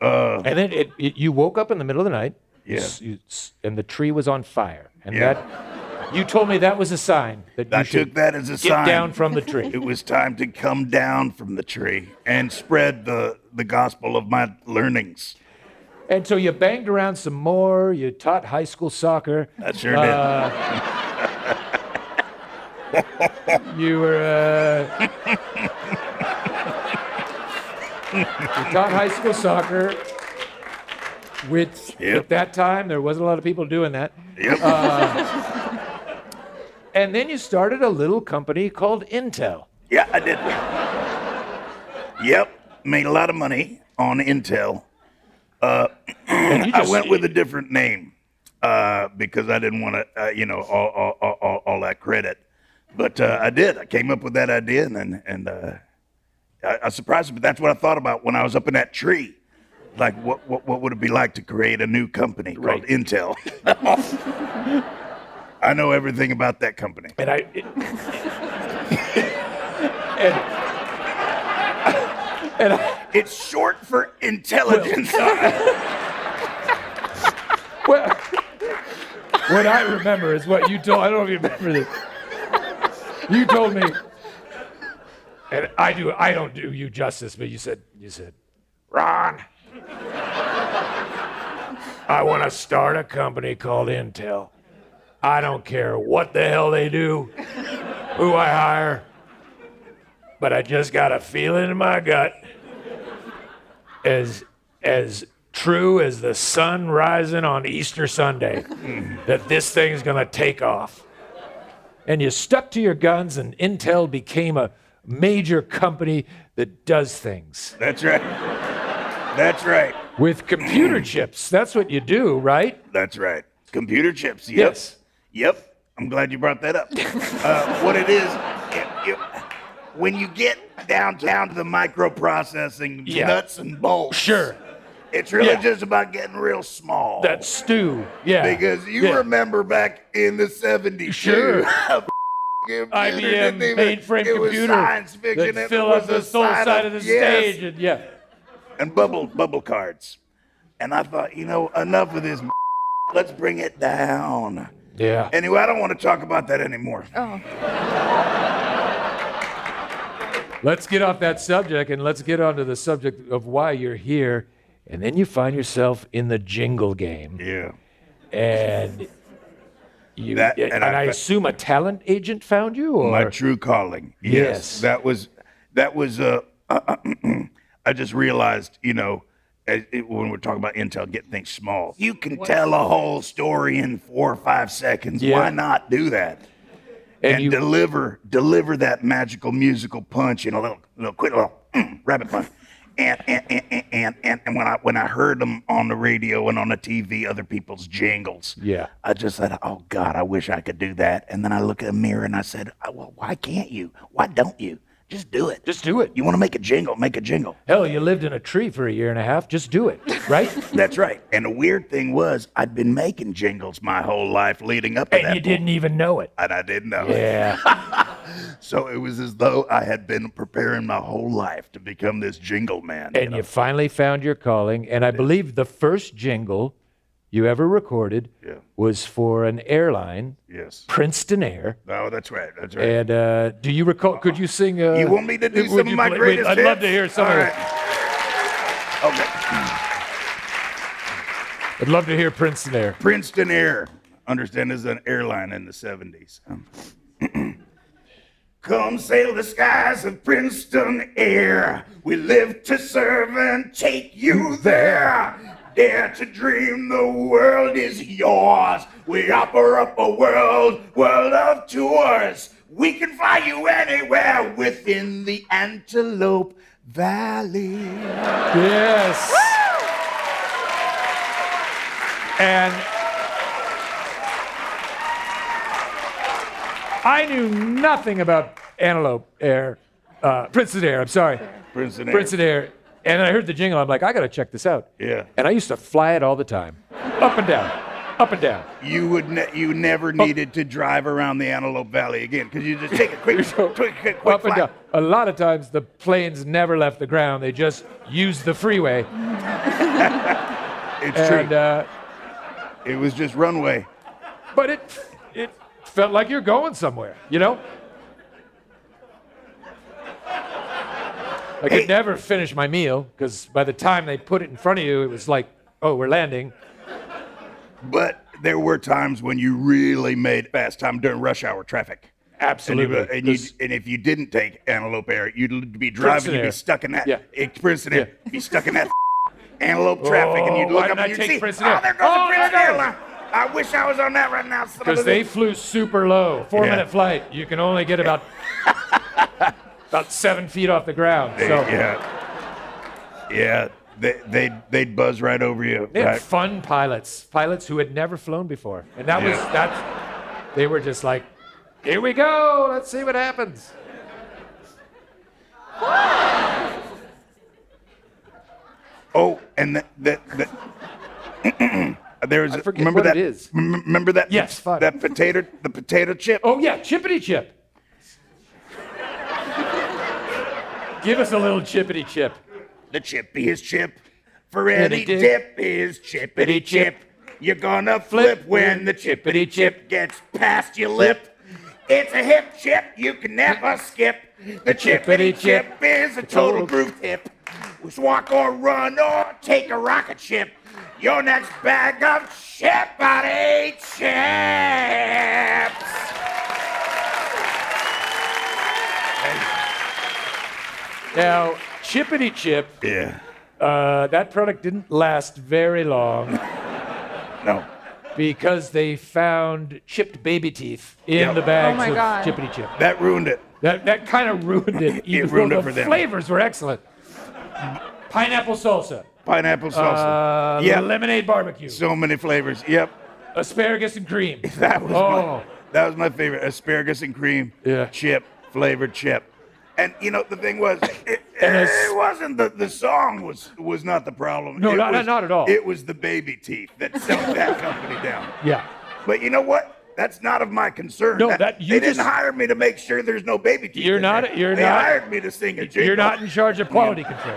S4: Uh,
S2: and then it, it, you woke up in the middle of the night.
S4: Yeah.
S2: s- you s- and the tree was on fire. And
S4: Yeah.
S2: that you told me that was a sign that you
S4: I
S2: should
S4: took that as a
S2: get
S4: sign.
S2: down from the tree.
S4: [LAUGHS] It was time to come down from the tree and spread the the gospel of my learnings.
S2: And so you banged around some more. You taught high school soccer.
S4: I sure did.
S2: did. you were. Uh, you taught high school soccer, which at that time there wasn't a lot of people doing that. Uh,
S4: Yep.
S2: and then you started a little company called Intel.
S4: Yeah, I did. Yep, made a lot of money on Intel. Uh, [CLEARS THROAT] I
S2: just-
S4: went with a different name uh, because I didn't want to, uh, you know, all, all, all, all, all that credit. But uh, I did. I came up with that idea, and then- and uh, I, I surprised me. But that's what I thought about when I was up in that tree. Like, what what, what would it be like to create a new company called Intel? I know everything about that company.
S2: And I.
S4: [LAUGHS] it's short for intelligence.
S2: Well, what I remember is what you told. I don't know if you remember this. You told me, and I do. I don't do you justice, but you said you said, Ron, I want to start a company called Intel. I don't care what the hell they do, who I hire, but I just got a feeling in my gut as as true as the sun rising on Easter Sunday that this thing's going to [LAUGHS] take off. And you stuck to your guns and Intel became a major company that does things.
S4: That's right. That's right.
S2: With
S4: [CLEARS THROAT]
S2: computer chips. That's what you do, right?
S4: That's right. Computer chips. Yep.
S2: Yes.
S4: Yep. I'm glad you
S2: [LAUGHS]
S4: brought that up. uh, what it is, it- it- when you get down down to the microprocessing
S2: Yeah.
S4: nuts and bolts,
S2: Sure.
S4: it's really
S2: Yeah.
S4: just about getting real small.
S2: That stew. Yeah.
S4: Because you
S2: Yeah.
S4: remember back in the 70s.
S2: Sure.
S4: [LAUGHS] Computer
S2: IBM
S4: didn't even-
S2: mainframe
S4: it was
S2: computer
S4: science fiction.
S2: that
S4: and
S2: fill
S4: it
S2: up
S4: was
S2: the
S4: a
S2: soul side of the
S4: yes.
S2: stage, and yeah,
S4: and bubble bubble cards, and I thought, you know, enough of this. Let's bring it down.
S2: Yeah.
S4: Anyway, I don't want to talk about that anymore.
S3: Oh.
S2: Let's get off that subject and let's get onto the subject of why you're here. And then you find yourself in the jingle game.
S4: Yeah.
S2: And you
S4: That-
S2: and,
S4: and
S2: I,
S4: I-
S2: assume a talent agent found you or
S4: My true calling. Yes,
S2: Yes.
S4: that was that was. Uh, mm. I just realized, you know, as it, when we're talking about Intel, get things small. You can
S2: What?
S4: tell a whole story in four or five seconds.
S2: Yeah.
S4: Why not do that?
S2: And
S4: And,
S2: you-
S4: deliver deliver that magical musical punch in a little little quick little mm, rabbit punch. And and, and and and and when I when I heard them on the radio and on the TV, other people's jingles,
S2: Yeah.
S4: I just said, "Oh God, I wish I could do that." And then I look in the mirror and I said, "Oh, "Well, why can't you? Why don't you? Just do it.
S2: Just do it.
S4: You want to make a jingle? Make a jingle."
S2: Hell, you lived in a tree for a year and a half. Just do
S4: [LAUGHS]
S2: it, right?
S4: That's right. And the weird thing was, I'd been making jingles my whole life leading up to
S2: and
S4: that.
S2: you didn't even know it.
S4: And I didn't know.
S2: Yeah.
S4: [LAUGHS] So it was as though I had been preparing my whole life to become this jingle man.
S2: And you finally found your calling. And I believe the first jingle you ever recorded was for an airline,
S4: Yes.
S2: Princeton Air.
S4: Oh, that's right. That's right.
S2: And uh, do you recall? Could you sing? Uh,
S4: you want me to do
S2: would
S4: some of
S2: you
S4: my
S2: play- wait,
S4: greatest
S2: I'd love to
S4: hits?
S2: hear some
S4: All
S2: of
S4: right.
S2: it.
S4: Okay.
S2: I'd love to hear Princeton Air.
S4: Princeton Air. [LAUGHS] Understand this is an airline in the 70s. Um, Come sail the skies of Princeton air. We live to serve and take you there. Dare to dream the world is yours. We offer up a world, world of tours. We can fly you anywhere within the Antelope Valley.
S2: Yes. And I knew nothing about Antelope Air, uh, Princeton Air. I'm sorry,
S4: Princeton Air.
S2: Princeton Air. And I heard the jingle. I'm like, I gotta check this out.
S4: Yeah.
S2: And I used to fly it all the time, up and down, up and down.
S4: You would ne- you never needed to drive around the Antelope Valley again because you just take
S2: [LAUGHS]
S4: a quick, quick, quick, quick
S2: up and down. A lot of times the planes never left the ground. They just used the freeway.
S4: [LAUGHS] It's
S2: and,
S4: true.
S2: Uh,
S4: it was just runway.
S2: But it it felt like you're going somewhere, you know? I could never finish my meal because by the time they put it in front of you, it was like, oh, we're landing.
S4: But there were times when you really made fast time during rush hour traffic.
S2: Absolutely.
S4: And, you, and, you, and if you didn't take Antelope Air, you'd be driving,
S2: Princeton
S4: you'd be
S2: Air.
S4: stuck in that.
S2: Yeah.
S4: eh, Princeton Air, be stuck in that [LAUGHS] Antelope traffic, and you'd
S2: Oh,
S4: look
S2: why
S4: up
S2: didn't I
S4: and you'd
S2: take
S4: see,
S2: Princeton
S4: oh,
S2: Air?
S4: there goes
S2: Oh,
S4: the
S2: there it
S4: Princeton
S2: goes."
S4: Airline. I wish I was on that right now. son of a
S2: Because they
S4: bitch.
S2: flew super low, four
S4: Yeah.
S2: minute flight. You can only get about about seven feet off the ground.
S4: They-
S2: So
S4: yeah, yeah, they, they'd they'd buzz right over you.
S2: They had
S4: right?
S2: fun pilots, pilots who had never flown before, and that was
S4: Yeah.
S2: that's. They were just like, "Here we go, let's see what happens."
S4: Oh, and that that, that [CLEARS THROAT] there was. remember
S2: what
S4: that
S2: it is.
S4: m- remember that. Yes, that potato, the potato chip.
S2: Oh yeah, chippity chip. Give us a little chippity chip.
S4: The chippiest chip for
S2: Yeah,
S4: any
S2: they did.
S4: dip is chippity chip. You're gonna flip when the chippity chip gets past your lip. It's a hip chip you can never skip. The chippity chip is a total groove tip. Just walk or run or take a rocket chip. Your next bag of chippity chips.
S2: Now, chippity chip.
S4: Yeah.
S2: Uh, that product didn't last very long.
S4: no.
S2: Because they found chipped baby teeth in
S4: Yep.
S2: the
S4: Oh
S2: bags
S4: my
S2: of
S4: God.
S2: chippity chip.
S4: That ruined it.
S2: That that kind of ruined it. even
S4: ruined
S2: though
S4: [LAUGHS] it for
S2: the
S4: them.
S2: Flavors were excellent. Pineapple salsa.
S4: Pineapple salsa.
S2: Uh,
S4: Yep.
S2: Lemonade barbecue.
S4: So many flavors. Yep.
S2: Asparagus and cream.
S4: [LAUGHS] That was
S2: oh.
S4: my, that was my favorite asparagus and cream chip flavored chip. And you know the thing was, it, it wasn't the, the song was was not the problem.
S2: No,
S4: It
S2: not-
S4: was-
S2: not at all.
S4: It was the baby teeth that sunk that company down.
S2: Yeah.
S4: But you know what? That's not of my concern.
S2: No, that- you
S4: they
S2: just-
S4: didn't hire me to make sure there's no baby teeth.
S2: You're
S4: in
S2: not-
S4: there.
S2: you're
S4: they
S2: not-
S4: hired me to sing a jingle.
S2: You're not in charge of quality control.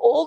S9: all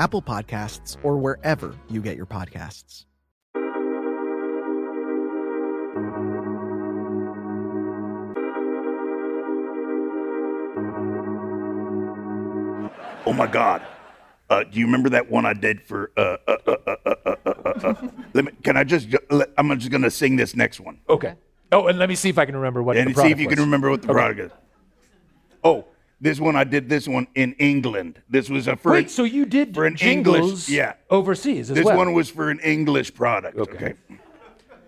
S8: Apple Podcasts, or wherever you get your podcasts.
S4: Oh my God. Uh, do you remember that one I did for? Uh, uh, uh, uh, uh, uh, uh, uh, uh, let me. Can I just? ju- let- I'm just gonna sing this next one.
S2: Okay. Oh, and let me see if I can remember what. the
S4: and see if
S2: product
S4: you
S2: was.
S4: can remember what the
S2: Okay.
S4: product is. Oh, this one I did. This one in England. This was a for
S2: Wait, so you did
S4: for an English.
S2: jingles
S4: Yeah,
S2: overseas as
S4: This
S2: well.
S4: one was for an English product. Okay.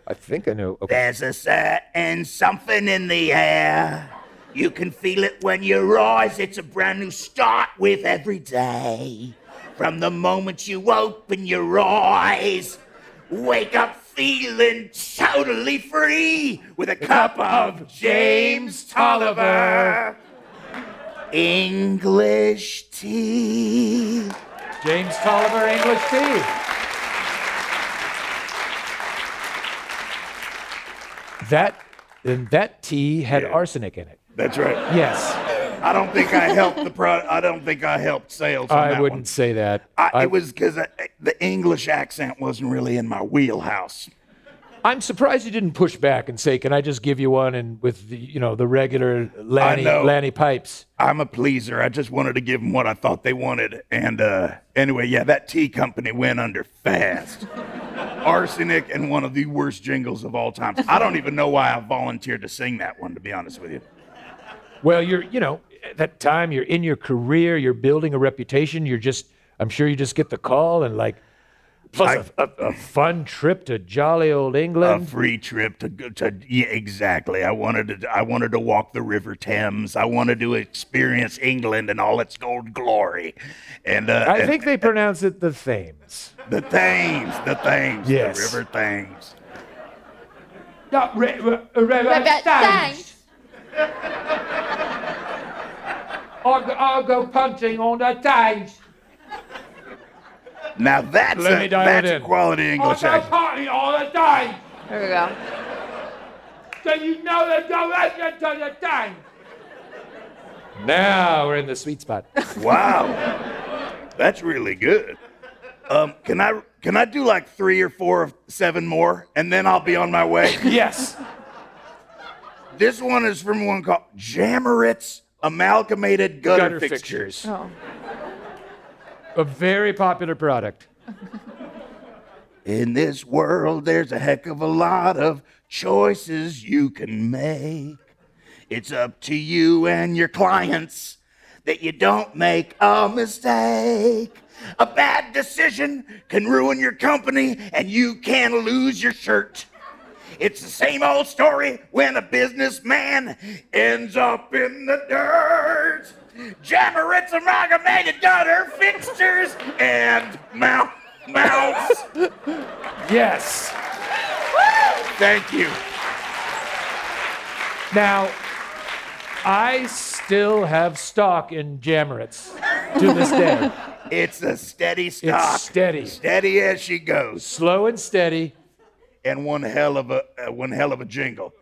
S2: I think I know. Okay.
S4: There's a certain something in the air. You can feel it when you rise. It's a brand new start with every day. From the moment you open your eyes, wake up feeling totally free with a cup of James Tolliver English tea.
S2: James Tolliver, English tea. That and that tea had arsenic in it.
S4: That's right.
S2: Yes.
S4: I don't think I helped the product. I don't think I helped sales. On
S2: I
S4: that
S2: wouldn't
S4: One.
S2: say that.
S4: I,
S2: I-
S4: it was because the English accent wasn't really in my wheelhouse.
S2: I'm surprised you didn't push back and say, "Can I just give you one?" And with the, you know the regular Lanny
S4: know.
S2: Lanny pipes.
S4: I'm a pleaser. I just wanted to give them what I thought they wanted. And uh, anyway, yeah, that tea company went under fast. [LAUGHS] Arsenic and one of the worst jingles of all time. I don't even know why I volunteered to sing that one, to be honest with you.
S2: Well, you're you know at that time you're in your career, you're building a reputation. You're just I'm sure you just get the call and like plus a a- a fun trip to jolly old England.
S4: A free trip to go to yeah, exactly. I wanted to I wanted to walk the River Thames. I wanted to experience England and all its gold glory. And uh,
S2: I
S4: and-
S2: think they pronounce it the Thames.
S4: the Thames, the Thames,
S2: Yes.
S4: the River Thames.
S2: No, re- re- re-
S1: thanks.
S2: [LAUGHS] I'll, go- I'll go punting on the Thames.
S4: Now that's
S2: Let
S4: a,
S2: me dial
S4: that's
S2: it
S4: a
S2: in.
S4: quality English
S2: Oh,
S4: accent.
S2: party all the time.
S3: There we go.
S2: Then you know the direction to the time. Now we're in the sweet spot.
S4: [LAUGHS] Wow, that's really good. Um, can I can I do like three or four of seven more, and then I'll be on my way?
S2: [LAUGHS] yes.
S4: This one is from one called Jammeritz Amalgamated Gutter,
S2: Gutter
S4: Fixtures.
S2: Fixtures. A very popular product.
S4: In this world, there's a heck of a lot of choices you can make. It's up to you and your clients that you don't make a mistake. A bad decision can ruin your company and you can lose your shirt. It's the same old story when a businessman ends up in the dirt. Jammeritz amalgamated gutter fixtures and mouth mouths.
S2: Yes.
S4: Thank you.
S2: Now, I still have stock in Jammeritz to this day.
S4: [LAUGHS] It's a steady stock.
S2: It's steady.
S4: Steady as she goes.
S2: Slow and steady.
S4: And one hell of a uh, one hell of a jingle.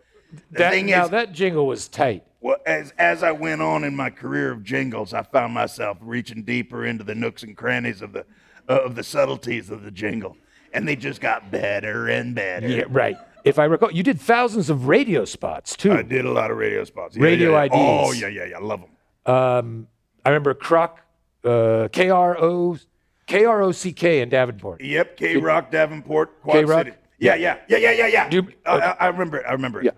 S4: The
S2: That-
S4: thing
S2: now
S4: is,
S2: that jingle was tight.
S4: well, as as I went on in my career of jingles, I found myself reaching deeper into the nooks and crannies of the uh, of the subtleties of the jingle, and they just got better and better.
S2: Yeah, right. If I recall, you did thousands of radio spots too.
S4: I did a lot of radio spots. Yeah,
S2: Radio
S4: yeah, yeah. Oh
S2: IDs.
S4: yeah, yeah, yeah. Love them.
S2: Um, I remember Croc, uh, K R O K R O C K in Davenport.
S4: Yep, K Rock Davenport, Quad
S2: K-Rock?
S4: City. Yeah, yeah, yeah, yeah, yeah, yeah.
S2: Do-
S4: I, I- I remember it. I remember it.
S2: Yeah.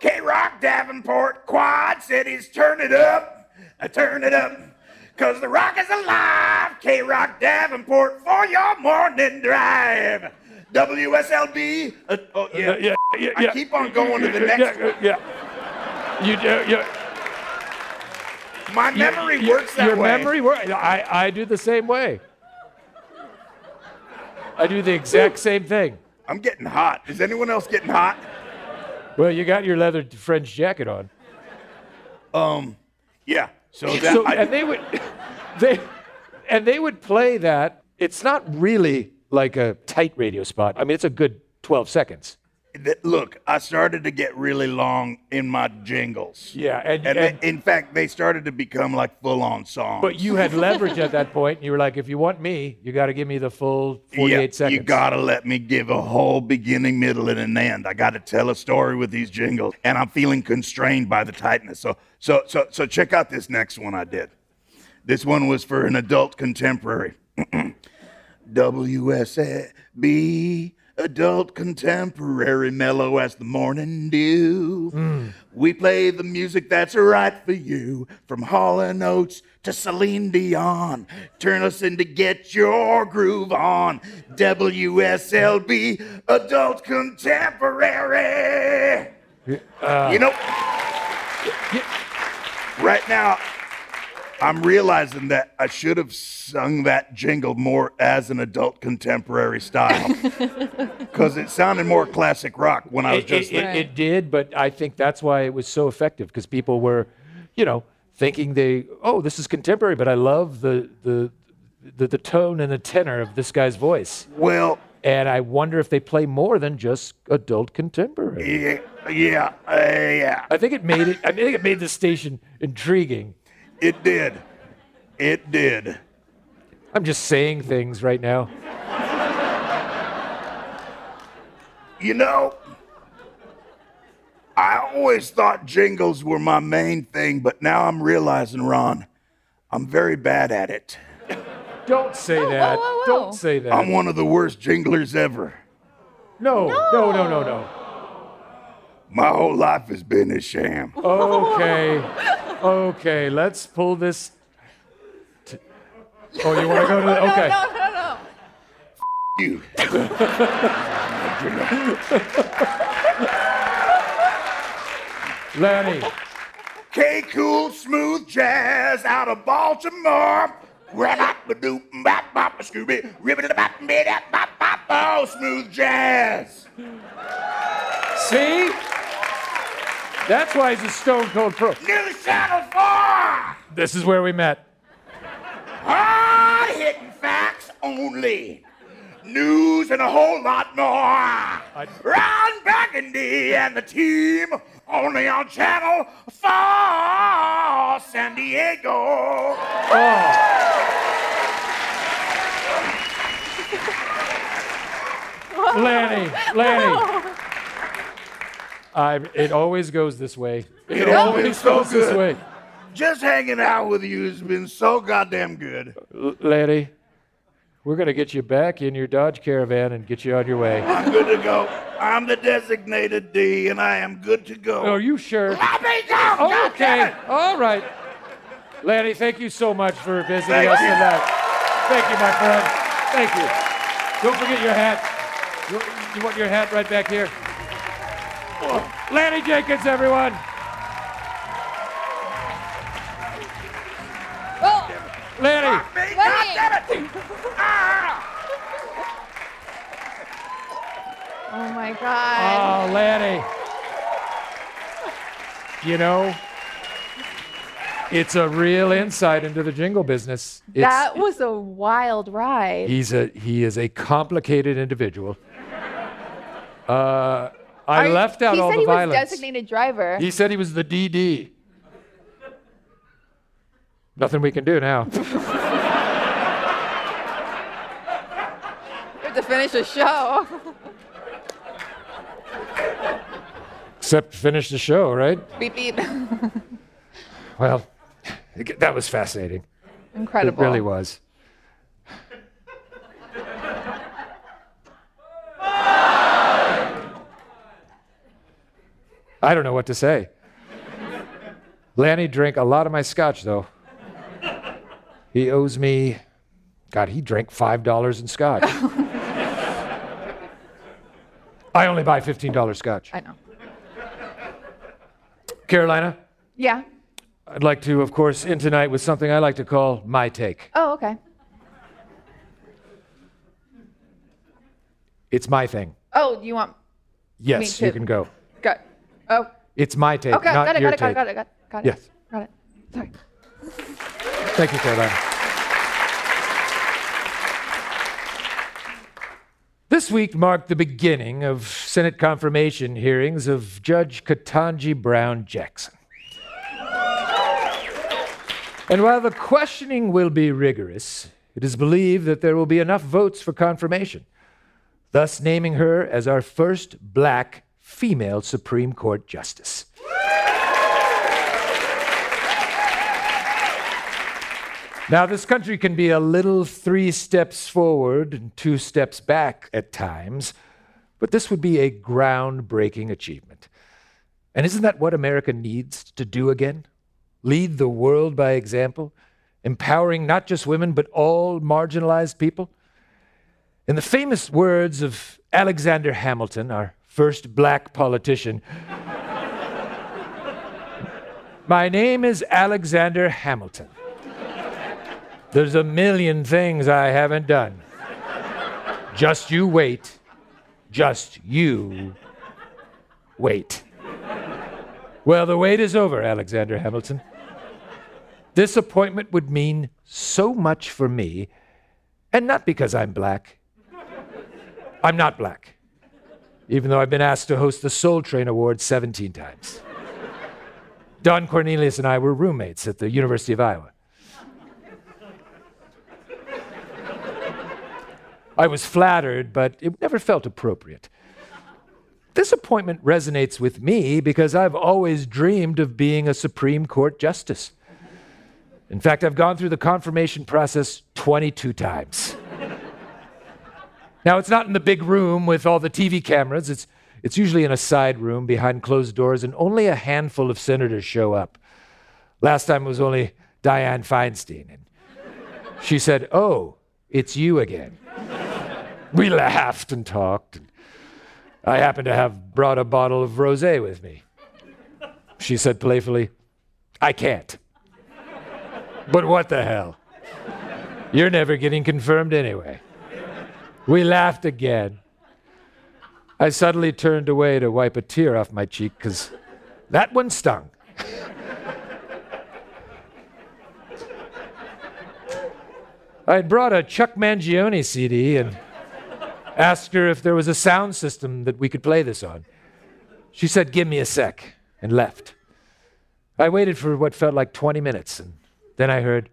S4: K Rock Davenport, Quad Cities, turn it up, I turn it up, cause the rock is alive. K Rock Davenport for your morning drive. WSLB. uh, oh yeah,
S2: Uh, yeah, yeah,
S4: I
S2: yeah.
S4: keep on going to the
S2: Yeah,
S4: next.
S2: yeah,
S4: one.
S2: Yeah. You, yeah, yeah.
S4: My
S2: You-
S4: memory
S2: you-
S4: works that
S2: your
S4: way.
S2: memory works. I, I do the same way. I do the exact same thing.
S4: I'm getting hot. Is anyone else getting hot?
S2: Well, you got your leather French jacket on.
S4: Um, yeah. So that
S2: So,
S4: I-
S2: and they would, [LAUGHS] they, and they would play that. It's not really like a tight radio spot. I mean, it's a good 12 seconds.
S4: that- look, I started to get really long in my jingles.
S2: Yeah, and-
S4: they-
S2: and-
S4: in fact, they started to become like full-on songs.
S2: But you had leverage at that point, and you were like, if you want me, you got to give me the full 48
S4: yeah,
S2: seconds.
S4: You gotta let me give a whole beginning, middle, and an end. I gotta tell a story with these jingles, and I'm feeling constrained by the tightness. So, so, so, so, check out this next one I did. This one was for an adult contemporary. [CLEARS THROAT] WSB Adult Contemporary Mellow as the Morning Dew. We play the music that's right for you, from Hall and Oates to Celine Dion. Turn us in to get your groove on. WSLB Adult Contemporary.
S2: Uh,
S4: you know, right now, I'm realizing that I should have sung that jingle more as an adult
S2: [LAUGHS]
S4: contemporary style because it sounded more classic rock when I
S2: it,
S4: was
S2: it-
S4: just
S2: it-
S4: thinking.
S2: it did, but I think that's why it was so effective because people were, you know, thinking they, oh, this is contemporary, but I love the the the, the tone and the tenor of this guy's voice.
S4: Well-
S2: and I wonder if they play more than just adult contemporary.
S4: Yeah, yeah, uh, yeah.
S2: I think it made it. I think it made the station intriguing.
S4: It did. It did.
S2: I'm just saying things right now.
S4: You know, I always thought jingles were my main thing, but now I'm realizing, Ron, I'm very bad at it.
S2: Don't say that.
S3: whoa, whoa.
S2: Don't say that.
S4: I'm one of the worst jinglers ever.
S2: No, no, no, no, no.
S4: My whole life has been a sham.
S3: [LAUGHS]
S2: Okay. Okay, let's pull this. t- oh, you want to go to the. Okay.
S3: No, no, no.
S4: You.
S2: Lenny.
S4: K Cool Smooth Jazz out of Baltimore. Rap-a-doop-bap-bap, Scooby, ribbity-bap-bap-bap-bap, oh, smooth jazz.
S2: See? That's why he's a stone cold pro.
S4: New Channel 4!
S2: This is where we met.
S4: Hard hitting facts, only. News and a whole lot more. Ron Burgundy and the team only on Channel 4 San Diego.
S3: [LAUGHS]
S2: Lanny, Lanny. I, it always goes this way. It always goes this way.
S4: Just hanging out with you has been so goddamn good.
S2: L- Lanny, we're going to get you back in your Dodge Caravan and get you on your way.
S4: I'm good to go. I'm the designated D, and I am good to go.
S2: Are you sure?
S4: Let me go. God damn
S2: okay. Oh.
S4: it.
S2: All right. Lanny, thank you so much for visiting
S4: Thank
S2: us
S4: you.
S2: tonight. Thank you, my friend. Thank you. Don't forget your hat. You- You want your hat right back here? Lanny Jenkins, everyone. Lanny. Ah!
S3: Oh my God.
S2: Oh, Lanny. You know, it's a real insight into the jingle business. It's,
S3: that was a wild ride.
S2: He's a he is a complicated individual. Uh, I
S3: Are you-
S2: left out
S3: he
S2: all
S3: said
S2: the
S3: he
S2: violence.
S3: was designated driver.
S2: He said he was the DD. Nothing we can do now.
S3: We have to finish the show. [LAUGHS]
S2: Except finish the show, right?
S3: beep beep. [LAUGHS]
S2: Well, [LAUGHS] that was fascinating.
S3: Incredible.
S2: It really was. I don't know what to say. Lanny drank a lot of my scotch, though. He owes me, God, he drank $5 in scotch. I only buy $15 scotch.
S3: I know.
S2: Carolina,
S3: Yeah.
S2: I'd like to, of course, end tonight with something I like to call my take.
S3: Oh, okay.
S2: It's my thing.
S3: Oh, you want? Me
S2: Yes,
S3: too.
S2: you can go.
S3: Got. Oh.
S2: It's my take,
S3: okay.
S2: not
S3: Got it.
S2: your
S3: Got it. Got
S2: take.
S3: it. Got it. Got it. Got it.
S2: Yes.
S3: Got it. Sorry.
S2: Thank you, Caroline. This week marked the beginning of Senate confirmation hearings of Judge Katanji Brown Jackson. And while the questioning will be rigorous, it is believed that there will be enough votes for confirmation, thus naming her as our first black female Supreme Court justice. Now, this country can be a little three steps forward and two steps back at times, but this would be a groundbreaking achievement. And isn't that what America needs to do again? Lead the world by example, empowering not just women, but all marginalized people? In the famous words of Alexander Hamilton, our first black politician, [LAUGHS] my name is Alexander Hamilton. There's a million things I haven't done. Just you wait. Just you wait. Well, the wait is over, Alexander Hamilton. This appointment would mean so much for me, and not because I'm black. I'm not black, even though I've been asked to host the Soul Train Award 17 times. Don Cornelius and I were roommates at the University of Iowa. I was flattered, but it never felt appropriate. This appointment resonates with me because I've always dreamed of being a Supreme Court justice. In fact, I've gone through the confirmation process 22 times. now, it's not in the big room with all the TV cameras, it's, it's usually in a side room behind closed doors, and only a handful of senators show up. Last time it was only Dianne Feinstein, and she said, Oh, it's you again. We laughed and talked. and I happened to have brought a bottle of rosé with me. She said playfully, "I can't." But what the hell? You're never getting confirmed anyway. We laughed again. I suddenly turned away to wipe a tear off my cheek cuz that one stung. I had brought a Chuck Mangione CD and asked her if there was a sound system that we could play this on. She said, Give me a sec, and left. I waited for what felt like 20 minutes, and then I heard,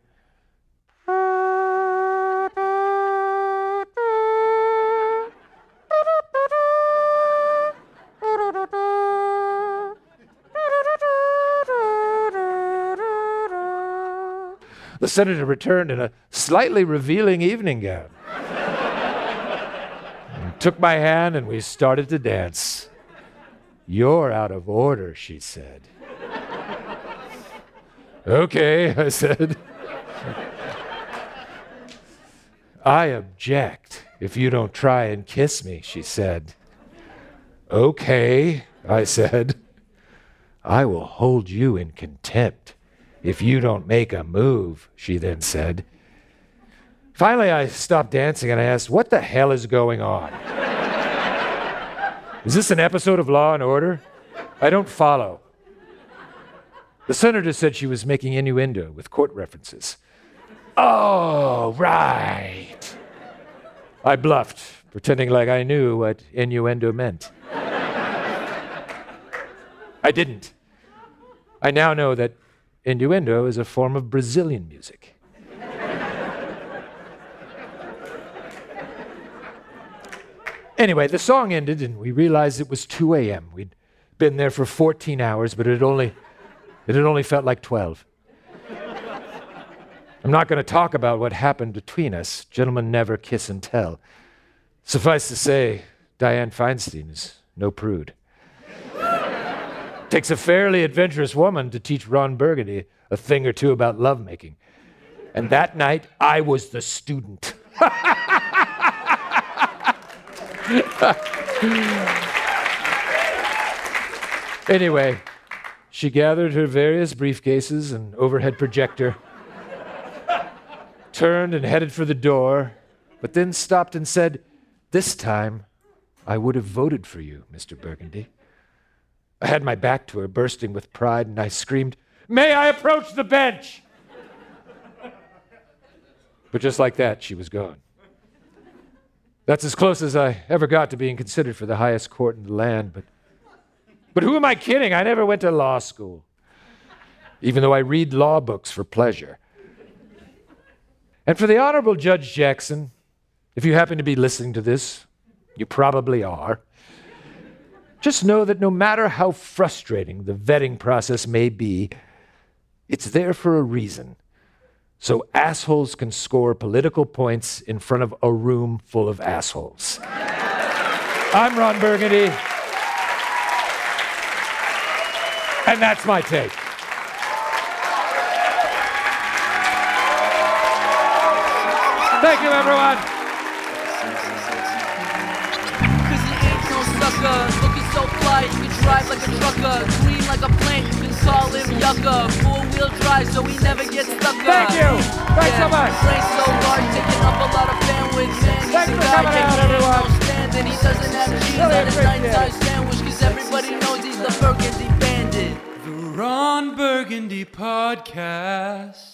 S2: The senator returned in a slightly revealing evening gown. And took my hand and we started to dance. You're out of order, she said. okay, I said. I object if you don't try and kiss me, she said. Okay, I said. I will hold you in contempt if you don't make a move, she then said. Finally, I stopped dancing and I asked, What the hell is going on? is this an episode of Law and Order? I don't follow. The senator said she was making innuendo with court references. Oh, right. I bluffed, pretending like I knew what innuendo meant. I didn't. I now know that innuendo is a form of Brazilian music. anyway, the song ended, and we realized it was 2 a.m. We'd been there for 14 hours, but it had only, it had only felt like 12. I'm not going to talk about what happened between us. Gentlemen never kiss and tell. Suffice to say, Diane Feinstein is no prude. Takes a fairly adventurous woman to teach Ron Burgundy a thing or two about lovemaking. And that night, I was the student. [LAUGHS] [LAUGHS] anyway, she gathered her various briefcases and overhead projector, turned and headed for the door, but then stopped and said, This time, I would have voted for you, Mr. Burgundy. I had my back to her, bursting with pride, and I screamed, May I approach the bench? But just like that, she was gone. That's as close as I ever got to being considered for the highest court in the land, but, but who am I kidding? I never went to law school, even though I read law books for pleasure. And for the Honorable Judge Jackson, if you happen to be listening to this, you probably are. Just know that no matter how frustrating the vetting process may be, it's there for a reason. So assholes can score political points in front of a room full of assholes. I'm Ron Burgundy. And that's my take. Thank you, everyone.
S1: no sucker. Looking so fly, you can drive like a trucker. Green like a plant, you can call him yucca. Four wheel drive, so he never gets stuck.
S2: Thank you. Thanks so much.
S1: Brain so large, taking up a lot of bandwidth. Man, he's
S2: Thanks
S1: a
S2: for
S1: guy
S2: coming
S1: that
S2: out,
S1: you
S2: everyone.
S1: don't stand, and he doesn't have cheese
S2: Really
S1: on his
S2: appreciate
S1: nine-size
S2: it.
S1: sandwich, cause everybody knows he's the Burgundy Bandit.
S10: The Ron Burgundy Podcast.